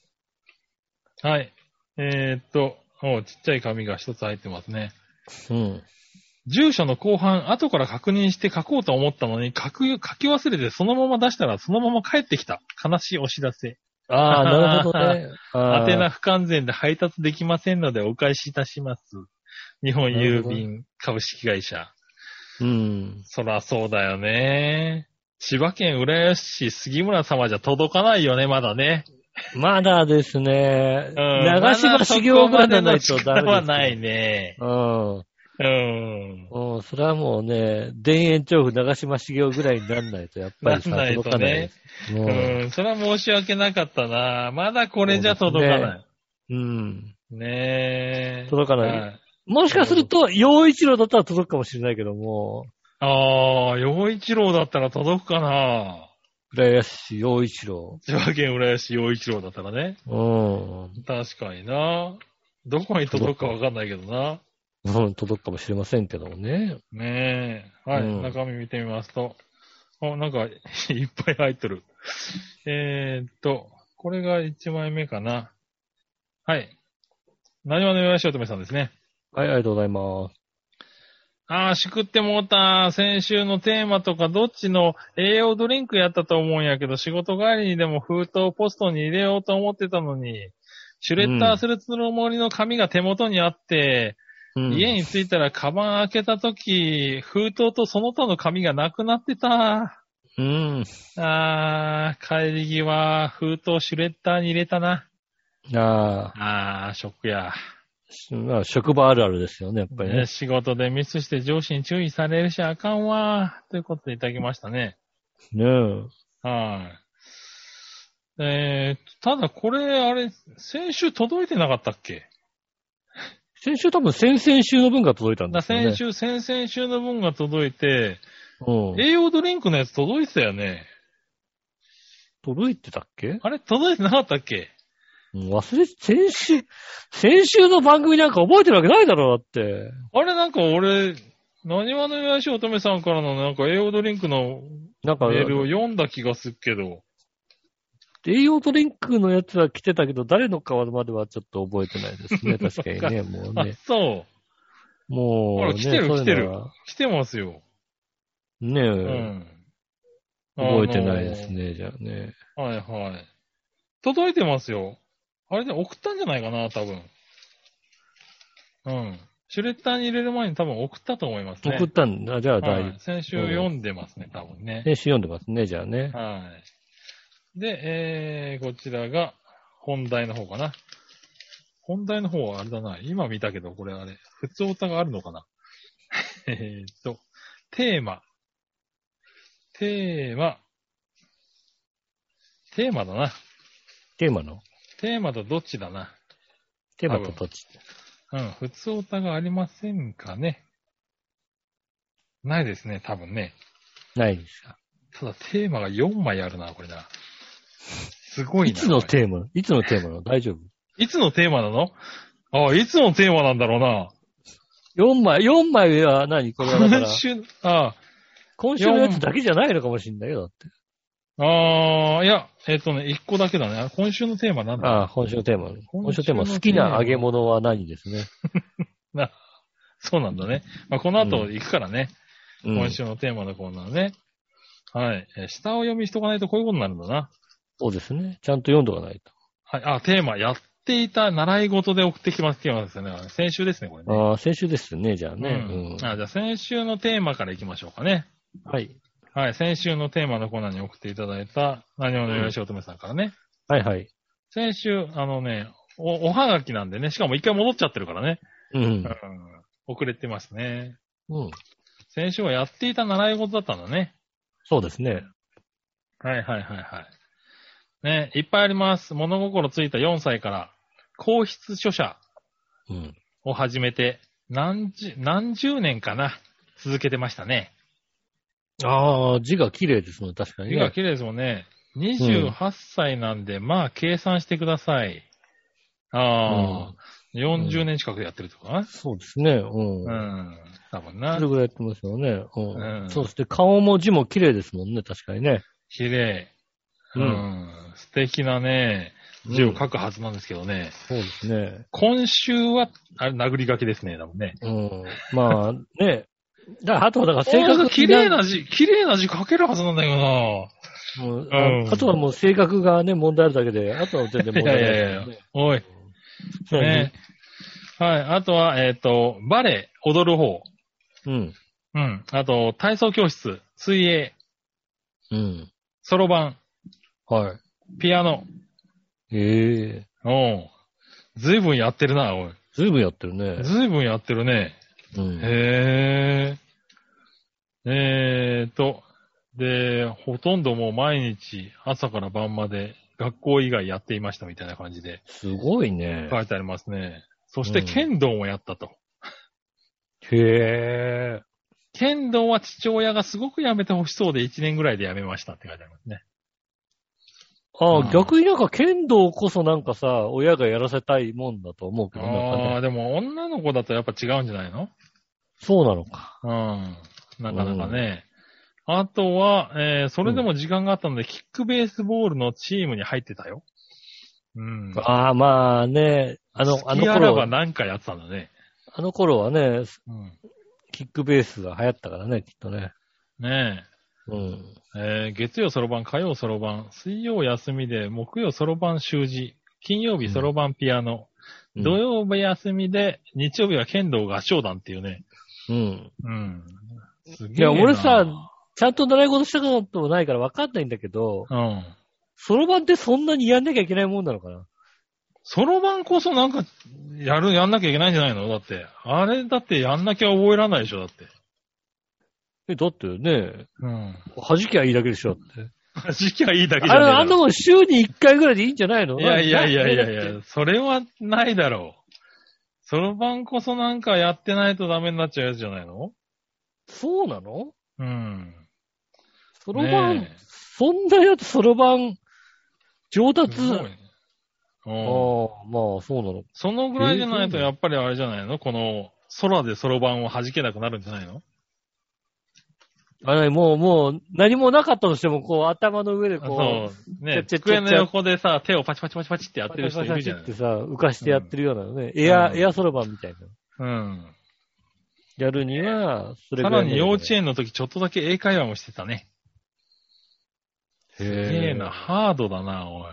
C: はい。えー、っと、おうちっちゃい紙が一つ入ってますね。
B: うん。
C: 住所の後半、後から確認して書こうと思ったのに、書く、書き忘れてそのまま出したらそのまま帰ってきた。悲しいお知らせ。
B: ああ、なるほどね。あー
C: 宛名不完全で配達できませんのでお返しいたします。日本郵便株式会社。
B: うん。
C: そらそうだよね。千葉県浦安市杉村様じゃ届かないよね、まだね。
B: まだですね。
C: うん
B: 長島修行ぐらいじゃないとダメですよ。
C: まだそこまでの力はないね。
B: うん。
C: うん。
B: うん、それはもうね、田園調布長島修行ぐらいにならないと、やっぱりさ、
C: ならないとね
B: 届かないです。
C: う
B: も
C: ん。それは申し訳なかったな。まだこれじゃ届かない。
B: ううん。
C: ねえ。
B: 届かない。
C: い。
B: もしかすると、洋一郎だったら届くかもしれないけども、
C: ああ、洋一郎だったら届くかな。
B: 浦安市洋一郎。
C: 千葉県浦安市洋一郎だったらね。
B: うん。
C: 確かにな。どこに届くかわかんないけどな。
B: うん、届くかもしれませんけどもね。
C: ねえ。はい、
B: うん
C: 中身見てみますと。あ、なんか、 いっぱい入ってる。えーっと、これが1枚目かな。はい。何話のよしおとめさんですね。
B: はい、ありがとうございます。
C: ああ、しくってもうた。先週のテーマとか、どっちの栄養ドリンクやったと思うんやけど、仕事帰りにでも封筒をポストに入れようと思ってたのに、シュレッダーするつもりの紙が手元にあって、
B: うん
C: 家に着いたら、カバン開けたとき、封筒とその他の紙がなくなってた。
B: うん。
C: あー、帰り際、封筒シュレッダーに入れたな。
B: ああ
C: あー、ショックや。
B: しまあ、職場あるあるですよね、やっぱりね
C: ね。仕事でミスして上司に注意されるしあかんわ。ということでいただきましたね。
B: ね
C: はい。えー、ただこれ、あれ、先週届いてなかったっけ
B: 先週多分先々週の分が届いたん
C: だ
B: ですよね。
C: 先週、先々週の分が届いて、
B: うん。
C: 栄養ドリンクのやつ届いてたよね。
B: 届いてたっけ
C: あれ、届いてなかったっけ
B: うん忘れ、先週、先週の番組なんか覚えてるわけないだろ、だって。
C: あれなんか俺、何話のよし乙女さんからのなんか栄養ドリンクの
B: なんか、
C: メールを読んだ気がするけど、
B: 栄養ドリンクのやつは来てたけど、誰の顔まではちょっと覚えてないです ね。確かにね、もう
C: あ
B: ね、。
C: そ
B: もう、
C: ほら
B: ね、
C: 来てる
B: そういうの
C: う、来てますよ。
B: は
C: う
B: ね
C: ん。
B: え、覚えてないですね、じゃあね。
C: あのー。はいはい。届いてますよ。あれで送ったんじゃないかな、多分。うん。シュレッダーに入れる前に多分送ったと思いますね。
B: 送ったんだ、じゃあ大丈夫。
C: はい先週読んでますね、多分ね。
B: 先週読んでますね、じゃあね。
C: はい。で、えー、こちらが、本題の方かな。本題の方はあれだな。今見たけど、これあれ、普通歌があるのかな。 えーっと、テーマ。テーマ。テーマだな。
B: テーマの。
C: テーマとどっちだな。
B: テーマとどっち。
C: うん、普通歌がありませんかね。ないですね、多分ね。
B: ないですか。
C: ただテーマが4枚あるな、これな。すごい
B: い
C: な。
B: つの
C: これ
B: テーマいつのテーマの大丈夫
C: いつのテーマなのああ、いつのテーマなんだろうな。
B: ?4 枚、4枚は何これはだから
C: 今、週、あ
B: 今週のやつだけじゃないのかもしれないよ、だって。
C: あ、ああ、いや、えっ、とね、一個だけだね。あ今週のテーマなんだ
B: ああ、今週のテーマ。今
C: 今
B: 週
C: 週
B: の
C: の
B: テ
C: テ
B: ー
C: ー
B: マ、
C: マ
B: 好きな揚げ物は何ですね。
C: そうなんだね。まあ、この後行くからね、
B: うん
C: 今週のテーマのコーナーね。はい。えー下を読みしとかないとこういうことになるんだな。
B: そうですね。ちゃんと読んどかない
C: はい。あ、テーマ、やっていた習い事で送ってきます、きますよね。先週ですね、これ
B: と。
C: ね。
B: ああ、先週ですね、じゃあね。
C: う
B: うん
C: んあじゃあ先週のテーマから行きましょうかね。
B: はい。
C: はい。先週のテーマのコーナーに送っていただいた、何をのよしおとめさんからね。
B: はいはい。
C: 先週、あのね、お、おはがきなんでね、しかも一回戻っちゃってるからね。
B: うん
C: うん。。遅れてますね。
B: うん。
C: 先週はやっていた習い事だったんだね。
B: そうですね。
C: はいはいはいはい。ね、いっぱいあります。物心ついた4歳から、皇室書写
B: うん。
C: を始めて、何十、何十年かな、続けてましたね。
B: ああ、字が綺麗ですね、確かに、ね。
C: 字が綺麗ですもんね。28歳なんで、まあ、計算してください。ああ、40年近くやってるとか
B: そうですね。うん。
C: なうん、多分な
B: それ。ぐらいやってますよね。うん。
C: うん
B: そうですね。顔も字も綺麗ですもんね、確かにね。
C: 綺麗。
B: う
C: うんん。素敵なね、字を
B: うん
C: 書くはずなんですけどね。
B: そうですね。
C: 今週は、あれ、殴り書きですね、多分ね。
B: うん。まあ、ね。だから、あとはだから、性
C: 性
B: 格
C: 格綺麗な字、綺麗な字書けるはずなんだけどな。
B: もうあ
C: うん
B: あとはもう性格がね、問題あるだけで、あとは全然問題ない
C: いやいやい
B: で
C: や
B: すよね。
C: おい。
B: そう
C: ね
B: ね。。
C: はい。あとは、えっ、と、バレエ、踊る方。
B: うん。
C: うん。あと、体操教室、水泳、
B: うん。
C: そろばん、
B: は
C: ピアノ。
B: い。ええ
C: おう。ずいぶんやってるな、おい。
B: ずいぶんやってるね。
C: ずいぶんやってるね。
B: うん。
C: へえ。えーと、で、ほとんどもう毎日朝から晩まで学校以外やっていましたみたいな感じです
B: ごいね。
C: 書いてありますね。そして
B: うん
C: 剣道もやったと。
B: へえ。
C: 剣道は父親がすごくやめてほしそうで1年ぐらいでやめましたって書いてありますね。
B: あ
C: うん
B: あ、逆になんか剣道こそなんかさ、親がやらせたいもんだと思うけどなんか
C: あ
B: ね。
C: あー、でも女の子だとやっぱ違うんじゃないの
B: そうなのか。
C: うん。なかなかね。あとは、えー、それでも時間があったので、キックベースボールのチームに入ってたよ。うん。
B: ああ、まあね、あの、あ
C: あ
B: の
C: の頃は
B: 頃、
C: なんかやってたんだね。
B: あの頃はね、
C: うん。
B: キックベースが流行ったからね、きっとね。
C: ね
B: うん。
C: え。えー月曜そろばん、火曜そろばん、水曜休みで、木曜そろばん習字、金曜日そろばんピアノ、土曜日休みで、日曜日は剣道合唱団っていうね。
B: うん。
C: うん。すげえな。
B: いや俺さちゃんと習い事したこともないから分かんないんだけど、
C: うん。
B: そろばんってそんなにやんなきゃいけないもんなのかな
C: そろばんこそなんか、やる、やんなきゃいけないんじゃないのだって。あれ、だってやんなきゃ覚えられないでしょだって。
B: え、だってね、
C: うん。
B: 弾きゃいいだけでしょ。
C: 時期はいいだけじ
B: あ
C: ゃ
B: れ、
C: ねえ
B: あんな
C: だろ
B: もん週に1回ぐらいでいいんじゃないの
C: いやいやいやいや
B: ないん
C: や
B: か、
C: それはないだろう。そろばんこそなんかやってないとダメになっちゃうやつじゃないの
B: そうなの
C: うん。
B: そろばん、
C: ねえ
B: そんなやつそろばん上達、
C: すごい
B: あ
C: ね
B: あ、
C: うん。
B: まあそうなの。
C: そのぐらいじゃないとやっぱりあれじゃないのこの、空でそろばんを弾けなくなるんじゃないの
B: あれ、もう、もう、何もなかったとしても、こう、頭の上で
C: あ
B: こう、
C: そう。ね、
B: ちょちょちょ
C: 机の横でさ、手をパチパチパチパチってやってる人いるじゃ
B: パ
C: な
B: チパチパチ
C: い
B: ってさ、浮かしてやってるようなのね。エア、
C: うん
B: エアそろばんみたいな。
C: うん。
B: やるには、それ
C: さ
B: ぐら
C: ら
B: いの
C: に幼稚園の時ちょっとだけ英会話もしてたね。
B: す
C: すげえな、ハードだな、おい。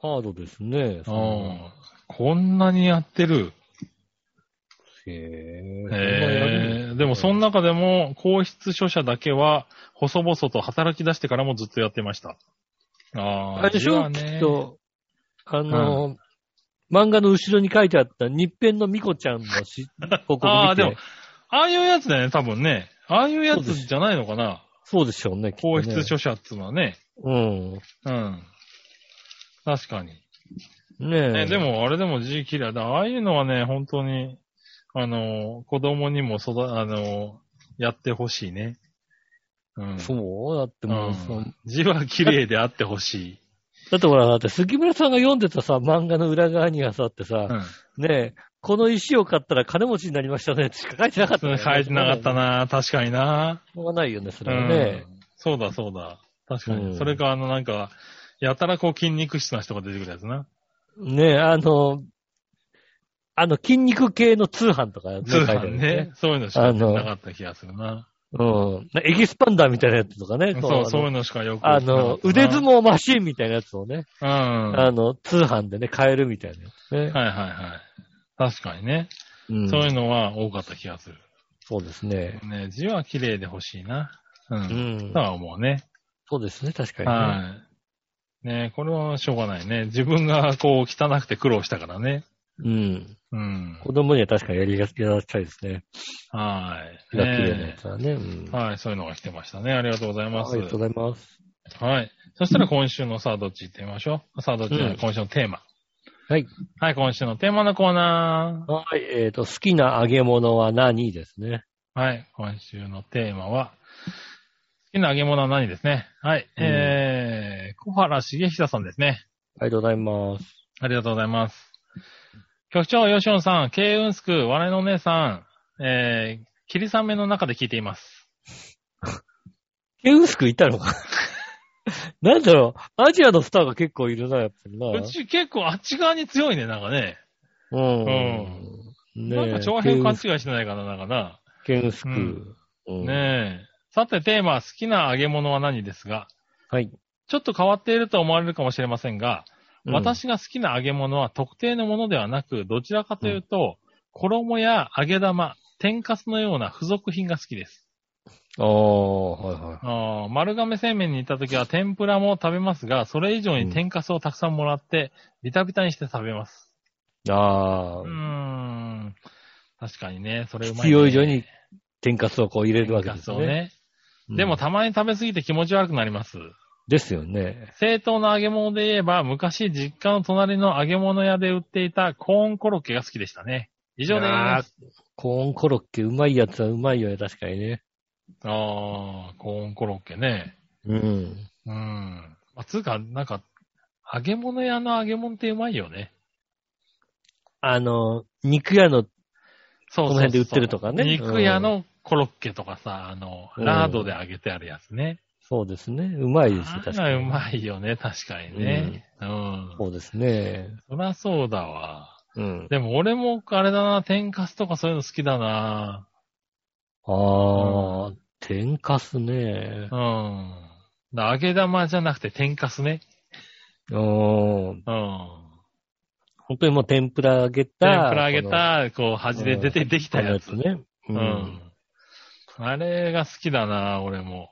B: ハードですね。
C: うん。こんなにやってる。
B: へ
C: えー、でもその
B: な。
C: 中でも、皇室書者だけは、細々と働き出してからもずっとやってました。あー
B: あれでし
C: 字
B: ょ、
C: は
B: き
C: ね
B: っと、あの、漫画の後ろに書いてあった日編のミコちゃんの し報告見て
C: あーでもああいうやつだよね、多分ね。ああいうや
B: そう
C: つ
B: です
C: じゃないのかな。
B: そうでしょうね、きっと
C: 皇
B: ね
C: 室書者っつうのはね。
B: うん。
C: うん。確かに。
B: ね
C: ね、
B: え。
C: で、も、あれでも字嫌いだ。ああいうのはね、本当に、あの、子供にも育、あの、やってほしいね。うん。
B: そうだって
C: う
B: もう、その
C: ん、字は綺麗であってほしい。
B: だってほら、だって杉村さんが読んでたさ、漫画の裏側にはさ、って
C: う
B: さ、
C: ん。
B: ねえ、この石を買ったら金持ちになりましたねってしか書いてなかった
C: そ
B: よ
C: れ
B: ね。
C: 書いてなかったな、確かにな。
B: しょうがないよね、そうれはね
C: ん。。そうだ、そうだ。確かに。
B: うん
C: それか、あの、なんか、やたらこう筋肉質な人が出てくるやつな。
B: ねえ、あの、あの、筋肉系の通販とか、ね
C: 通
B: 書いてあ
C: 販
B: るよ
C: ね。そういうのしか
B: あ
C: 出
B: の
C: てなかった気がするな。
B: うん。エキスパンダーみたいなやつとかね。
C: そ
B: あ
C: う、
B: の
C: そういうのしかよく。
B: あの、腕相。撲マシーンみたいなやつをね、
C: うん。は
B: あの、通販でね、買えるみたいなやつね
C: い。はいはい。確かにね。
B: うん
C: そういうのは多かった気がする。
B: そうですね。
C: ね、字は綺麗で欲しいな。う。
B: うんん
C: と。は思うね。
B: そうですね、確かにね。
C: はい。ねこれはしょうがないね。自分がこう汚くて苦労したからね。
B: うん。
C: うん。
B: 子供には確かにやりややらせたいですね。
C: はい。
B: 気が綺麗なや
C: ね
B: つはね。うん
C: はい、そういうのが来てましたね。ありがとうございま
B: あ
C: す。
B: りがとうございます。
C: はい。そしたら今週のさあどっち行ってみましょう。さあどっち
B: う
C: は
B: ん
C: 今週のテーマ。
B: はい。
C: はい、今週のテーマのコーナ
B: はい。えっ、と、好きな揚げ物は何ですね。
C: ー。はい、今週のテーマは、好きな揚げ物は何ですね。は
B: う
C: い、
B: ん
C: えー、小原茂久さんですね。
B: ありがとうございます。
C: ありがとうございます。局長、吉野さん、慶雲スク、笑いのお姉さん、えー、霧雨の中で聞いています。
B: ケウスクいたのか なんだろう、アジアのスターが結構いるな、やっぱりな。
C: うち結構あっち側に強いね、なんかね。
B: うん。ねえ
C: なんか長編勘違いしてないかな、なんかな。
B: ケウスケウスク。
C: うん
B: うん
C: ねえ。さて、テーマ、好きな揚げ物は何ですが、
B: はい。
C: ちょっと変わっていると思われるかもしれませんが、
B: うん、
C: 私が好きな揚げ物は特定のものではなく、どちらかというと、衣や揚げ玉、天かすのような付属品が好きです。
B: ああ、はいはい。
C: あー丸亀製麺に行った時は天ぷらも食べますが、それ以上に天かすをたくさんもらって、ビタビタにして食べます。
B: あ
C: う
B: あ、
C: ーん。確かにね、それうまい、ね。
B: 必要以上に天かすをこう入れるわけ
C: 天
B: で
C: か
B: す
C: す
B: よ
C: を
B: ね。
C: ね。
B: うん
C: でも、たまに食べ過ぎて気持ち悪くなります。
B: ですよね。
C: 正当な揚げ物で言えば、昔実家の隣の揚げ物屋で売っていたコーンコロッケが好きでしたね。以上で
B: あ
C: ー
B: ー
C: す。
B: コーンコロッケうまいやつはうまいよね、確かにね。
C: ああー、コーンコロッケね。
B: うん。
C: うん。まあ、つうか、なんか、揚げ物屋の揚げ物ってうまいよね。
B: あの、肉屋の、
C: そう
B: この辺で売ってるとかね
C: 肉屋のコロッケとかさ、あの、
B: うん
C: ラードで揚げてあるやつね。
B: そうですね。うまいです、
C: あ
B: 確
C: あ
B: か
C: れう
B: に。
C: まいよね、確かにね。うん。
B: そうですね。
C: そりゃそうだわ。
B: うん。
C: でも俺もあれだな、天かすとかそういうの好きだな。
B: ああ、天かすね。
C: うん。だ揚げ玉じゃなくて天かすね。
B: うん。
C: うん。
B: 本当にもう天ぷら揚げた。
C: 天ぷら揚げた、こう、端で出てでき
B: こ
C: た
B: の、
C: やつ。
B: このやつね。う。
C: うんん。あれが好きだな、俺も。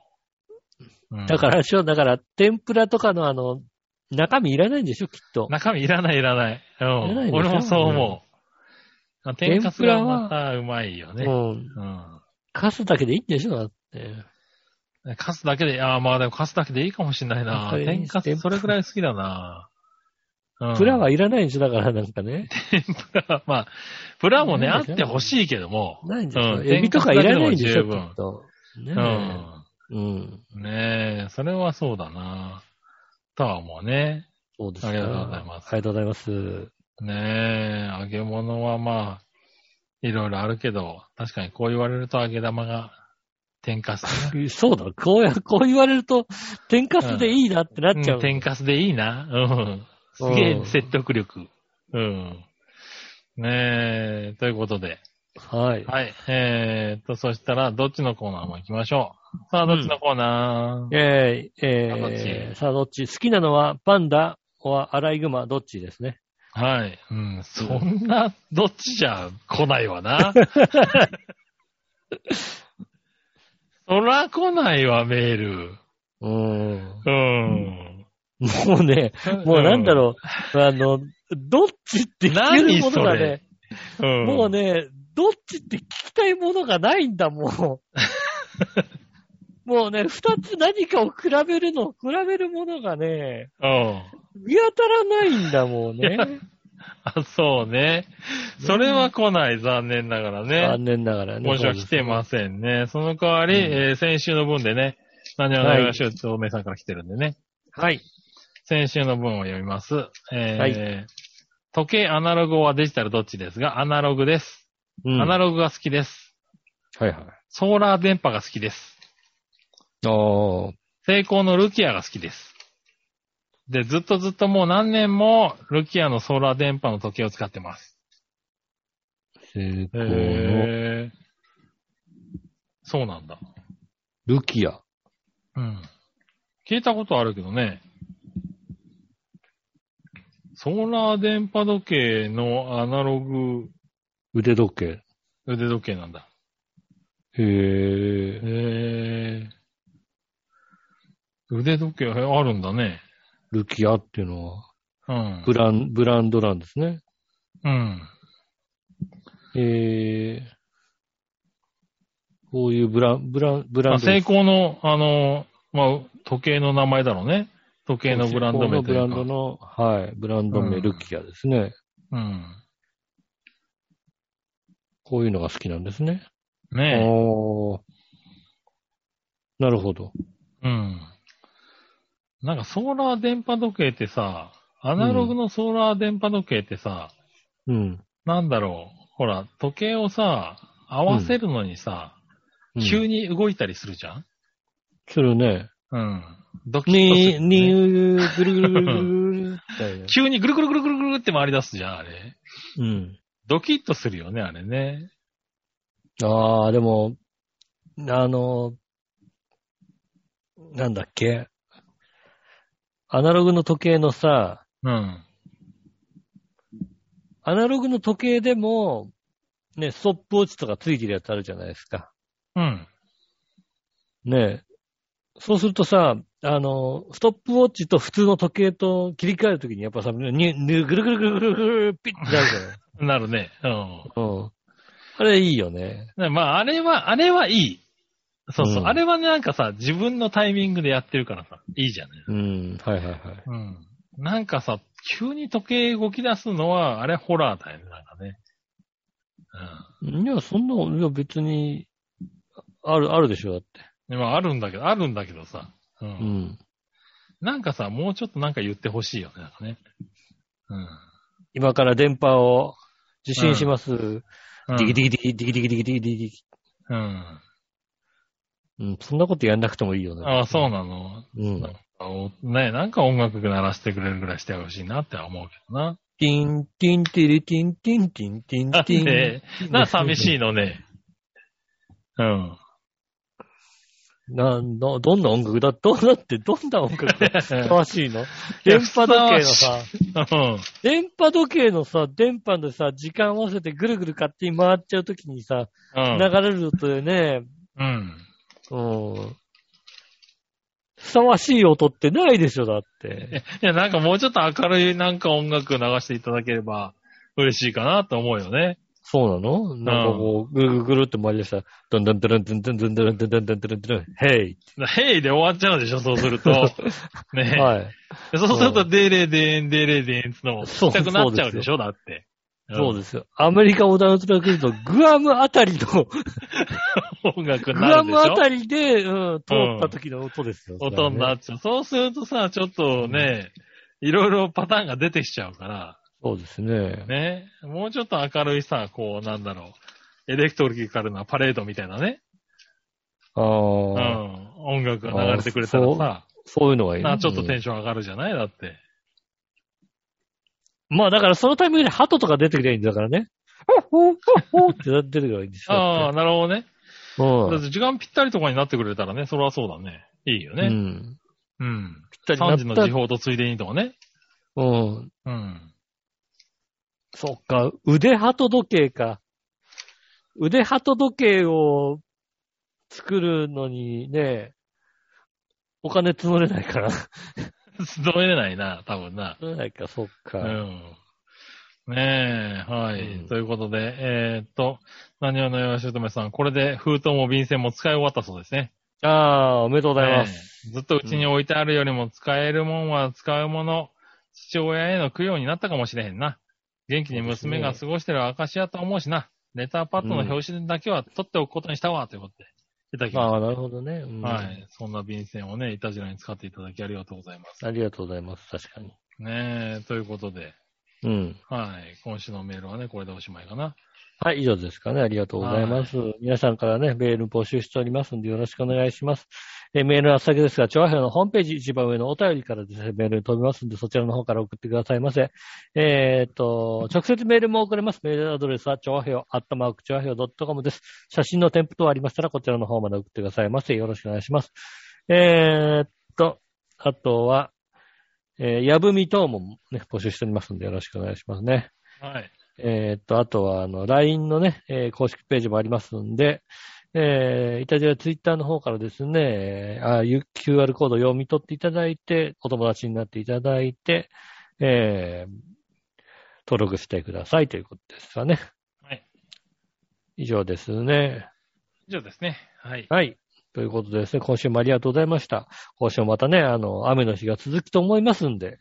C: うん
B: だから、しょ、だから、天ぷらとかのあの、中身いらないんでしょ、きっと。
C: 中身いらないいらない。うん
B: らないでしょ
C: 俺もそう思う。天かすが
B: 天
C: またうまいよね。
B: うん。カスだけでいいんでしょ、だって。
C: うん。カスだけで、ああ、まあでもカスだけでいいかもしんないな
B: そ。れ
C: 天か
B: 天
C: す、
B: ぷ
C: それくらい好きだな。うん
B: プラはいらないんでしょ、だからなんかね。
C: 天ぷらは、まあ、プラもね、
B: な
C: あ
B: い
C: っ
B: でしょ
C: てほしいけども、
B: ないんでしょ。
C: うん
B: エビとかいらないんでしょ、き
C: 天かすだけでも十分
B: っと。
C: う
B: ねえ
C: ん。
B: うん。
C: ねえ、それはそうだな。とは思うね。
B: そうですか
C: ありがとうございます
B: ありがとうございます。
C: ねえ、揚げ物はまあ、いろいろあるけど、確かにこう言われると揚げ玉が天かすね。
B: そうだ、こうや、こう言われると、天かすでいいなってなっちゃう。
C: うん天かすでいいな。うん。すげえ説得力。うん。ねえ、ということで。
B: はい。
C: はい。えーっと、そしたら、どっちのコーナーも行きましょう。さあ、どっちのコーナー、
B: えー、
C: さあどっ
B: えー、
C: ち
B: さあどっち好きなのはパンダ、はアライグマ、どっちですね。
C: はい。うん。そんな、どっちじゃ来ないわな。そら来ないわ、メール。
B: うーん。
C: うん。
B: もうね、もうなんだろう、あの、どっちって聞けるものがね、
C: う。うん、
B: もう。ね、どっちって聞きたいものがないんだ、 もう。もうね、二つ何かを比べるの、比べるものがね、
C: うん。
B: 見当たらないんだ、もうね。
C: あ、そうね。それは来ない、残念ながらね。
B: 残念ながらね。。
C: 今週は来てますせんね。その代わり、
B: うん
C: えー先週の分でね、何々の吉尾明さんから来てるんでね。
B: はい。
C: 先週の文を読みます。えー
B: は
C: 時計アナログはデジタルどっちですが、アナログです。
B: うん
C: アナログが好きです。
B: はいはい。
C: ソーラー電波が好きです。
B: ああ。
C: 成功のルキアが好きです。で、ずっとずっともう何年もルキアのソーラー電波の時計を使ってます。
B: 成功の
C: へーそうなんだ。
B: ルキア。
C: うん。聞いたことあるけどね。ソーラー電波時計のアナログ
B: 腕時計。
C: 腕時計なんだ。
B: へえ。
C: へー腕時計へあるんだね。
B: ルキアっていうのは、
C: うん
B: ブ。ラン、ブランドなんですね。
C: うん。
B: へえ。こういうブラン、ブラン、ブ
C: ま
B: ラン
C: あ、
B: ド
C: 成
B: です。
C: 功の、あの、まあ、時計の名前だろうね。時計のブランド名と
B: ブ
C: い
B: ラ
C: う
B: ンド
C: か。
B: の、はい、ブランド
C: う
B: 名、
C: ん
B: ルキアですね。
C: うん。
B: こういうのが好きなんですね。
C: ね
B: おーなるほど。
C: え。うん。なんかソーラー電波時計ってさ、アナログのソーラー電波時計ってさ、
B: うん。
C: なんだろう。ほら、時計をさ、合わせるのにさ、
B: うん
C: 急に動いたりするじゃん
B: するね。
C: うん。ドキッとする
B: に、
C: よね
B: に、ぐるぐるぐるぐるぐるみたいな。
C: 急にぐるぐるぐるぐるぐるって回り出すじゃん、あれ。
B: うん。
C: ドキッとするよね、あれね。
B: ああ、でも、あの、なんだっけ。アナログの時計のさ、
C: うん。
B: アナログの時計でも、ね、ストップウォッチとかついてるやつあるじゃないですか。
C: うん。
B: ねえ。そうするとさ、あの、ストップウォッチと普通の時計と切り替えるときにやっぱさ、に、に、ぐるぐるぐるぐるぐる、ピッてなるじゃない。
C: なるね。うん。
B: うん。あれいいよね。
C: ねまあ、あれは、あれはいい。そうそう。
B: うん
C: あれはね、なんかさ、自分のタイミングでやってるからさ、いいじゃない。
B: うん。はいはいはい。
C: うん。なんかさ、急に時計動き出すのは、あれホラーだよね、なんかね。
B: いや、そんな、いや別に、ある、あるでしょ、だって。
C: うん。まあ、あるんだけど、あるんだけどさ。うん。
B: うん。
C: なんかさ、もうちょっとなんか言ってほしいよね、なんかね。うん。
B: 今から電波を受信します。
C: うん
B: ディギディギディギディギディギディギディギ
C: うん。
B: うん。そんなことやんなくてもいいよね。
C: ああ、そうなの。
B: うん。
C: あおねなんか音楽鳴らしてくれるぐらいしてほしいなって思うけどな。
B: ティン、ティン、ティリ、ティン、ティン、ティン、ティン、
C: なん
B: ティン。
C: で、な、寂しいのね。うん。
B: なんの、どんな音楽だ、どうなって、どんな音楽が正しいの
C: いや
B: 電波時計のさ、
C: うん。
B: 電波時計のさ、電波でさ、時間合わせてぐるぐる勝手に回っちゃうときにさ、
C: う
B: 流
C: ん。
B: れるとね、
C: うん。
B: うん。ふさわしい音ってないでしょ、だって。
C: いや、なんかもうちょっと明るいなんか音楽流していただければ嬉しいかなと思うよね。
B: そうなのなんかこう、ぐるぐるぐるって回り出したら、ドンドンドンドンドンドンドンドンドンドンドンドン、ヘイ
C: ヘイで終わっちゃうでしょ、そうする と。ね、
B: はい。
C: そうすると、デーレーデーン、デーレーデーンっつのも聞きたくなっちゃうでしょ、だって。
B: そうですよ。アメリカ横断のトラックと、グアムあたりの、
C: うん音楽に
B: グ
C: な
B: ア
C: るでし
B: ムあ
C: ょ。
B: たりで、うん、通った時の音ですよ。
C: 音になっちゃう。そうするとさ、ちょっとね、いろいろパターンが出てきちゃうから、
B: そうですね。
C: ね。もうちょっと明るいさ、こう、なんだろう。エレクトリカルなパレードみたいなね。
B: あ
C: うん
B: あ、。
C: 音楽が流れてくれたらさ、
B: そういうのがいいね
C: なちょっとテンション上がるじゃないだって。
B: まあだからそのタイミングで鳩とか出てくればいいんだからね。ほっほっほっほって出てくればいいんですよ。
C: ああ、なるほどね。
B: あ、う
C: だっ
B: ん。
C: て時間ぴったりとかになってくれたらね、それはそうだね。いいよ
B: う
C: ね。
B: ん。
C: うん。
B: ぴった
C: 3
B: り
C: 時
B: に
C: の
B: なっ
C: 時報とついでにとかね。
B: た。うん。
C: うん。
B: そっか、腕鳩時計か。腕鳩時計を作るのにね、お金積もれないから。
C: 集めれないな、多分な。
B: 積もれないか、そっか。
C: うん。ねえ、はい。
B: うん
C: ということで、えーっと、何をのよしおとめさん、これで封筒も便箋も使い終わったそうですね。
B: ああ、おめでとうございます。
C: ええずっとうちに置いてあるよりも使えるもんは使うもの、父親への供養になったかもしれへんな。元気に娘が過ごしてる証やと思うしな。レターパッドの表紙だけは取っておくことにしたわ、ということで。いただきま
B: あ
C: し
B: あ、なるほどね。うん
C: た。はい。そんな便箋をね、いたじらに使っていただきありがとうございます。
B: ありがとうございます、確かに。
C: ねえ、ということで、
B: うん。
C: はい。今週のメールはね、これでおしまいかな。
B: はい、以上ですかね。ありがとうございます。皆さんからね、メール募集しておりますので、よろしくお願いします。えーメールは先ですが、調和表のホームページ、一番上のお便りからですね、メールに飛びますので、そちらの方から送ってくださいませ。えーっと、直接メールも送れます。メールアドレスは、調和表、アットマーク、調和表 .com です。写真の添付等ありましたら、こちらの方まで送ってくださいませ。よろしくお願いします。えーっと、あとは、えー、やぶみ等もね、募集しておりますので、よろしくお願いしますね。
C: はい。
B: えーっと、あとは、あの、LINE のね、えー公式ページもありますんで、えー、イタジラツイッターの方からですね、ああいう QR コードを読み取っていただいて、お友達になっていただいて、えー、登録してくださいということですかね。
C: はい。
B: 以上ですね。
C: 以上ですね。はい。
B: はい。ということでですね、今週もありがとうございました。今週もまたね、あの、雨の日が続くと思いますんで、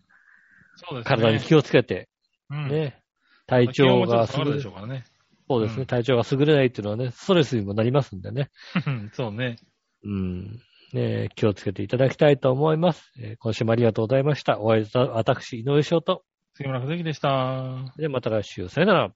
C: そうですね。
B: 体に気をつけて、
C: うん
B: ね、
C: まあ
B: 体
C: 気温
B: 調
C: もちょ
B: が
C: っと下
B: 優
C: がる
B: れ
C: でしょうからね。
B: そうです
C: う
B: ね。
C: ん
B: 体調が優れないっていうのはね、ストレスにもなりますんでね。
C: そうね。
B: うん。ねえ気をつけていただきたいと思います。えー今週もありがとうございました。お会いした私、井上翔と。
C: 杉村和之でした。
B: で、また来週、さよなら。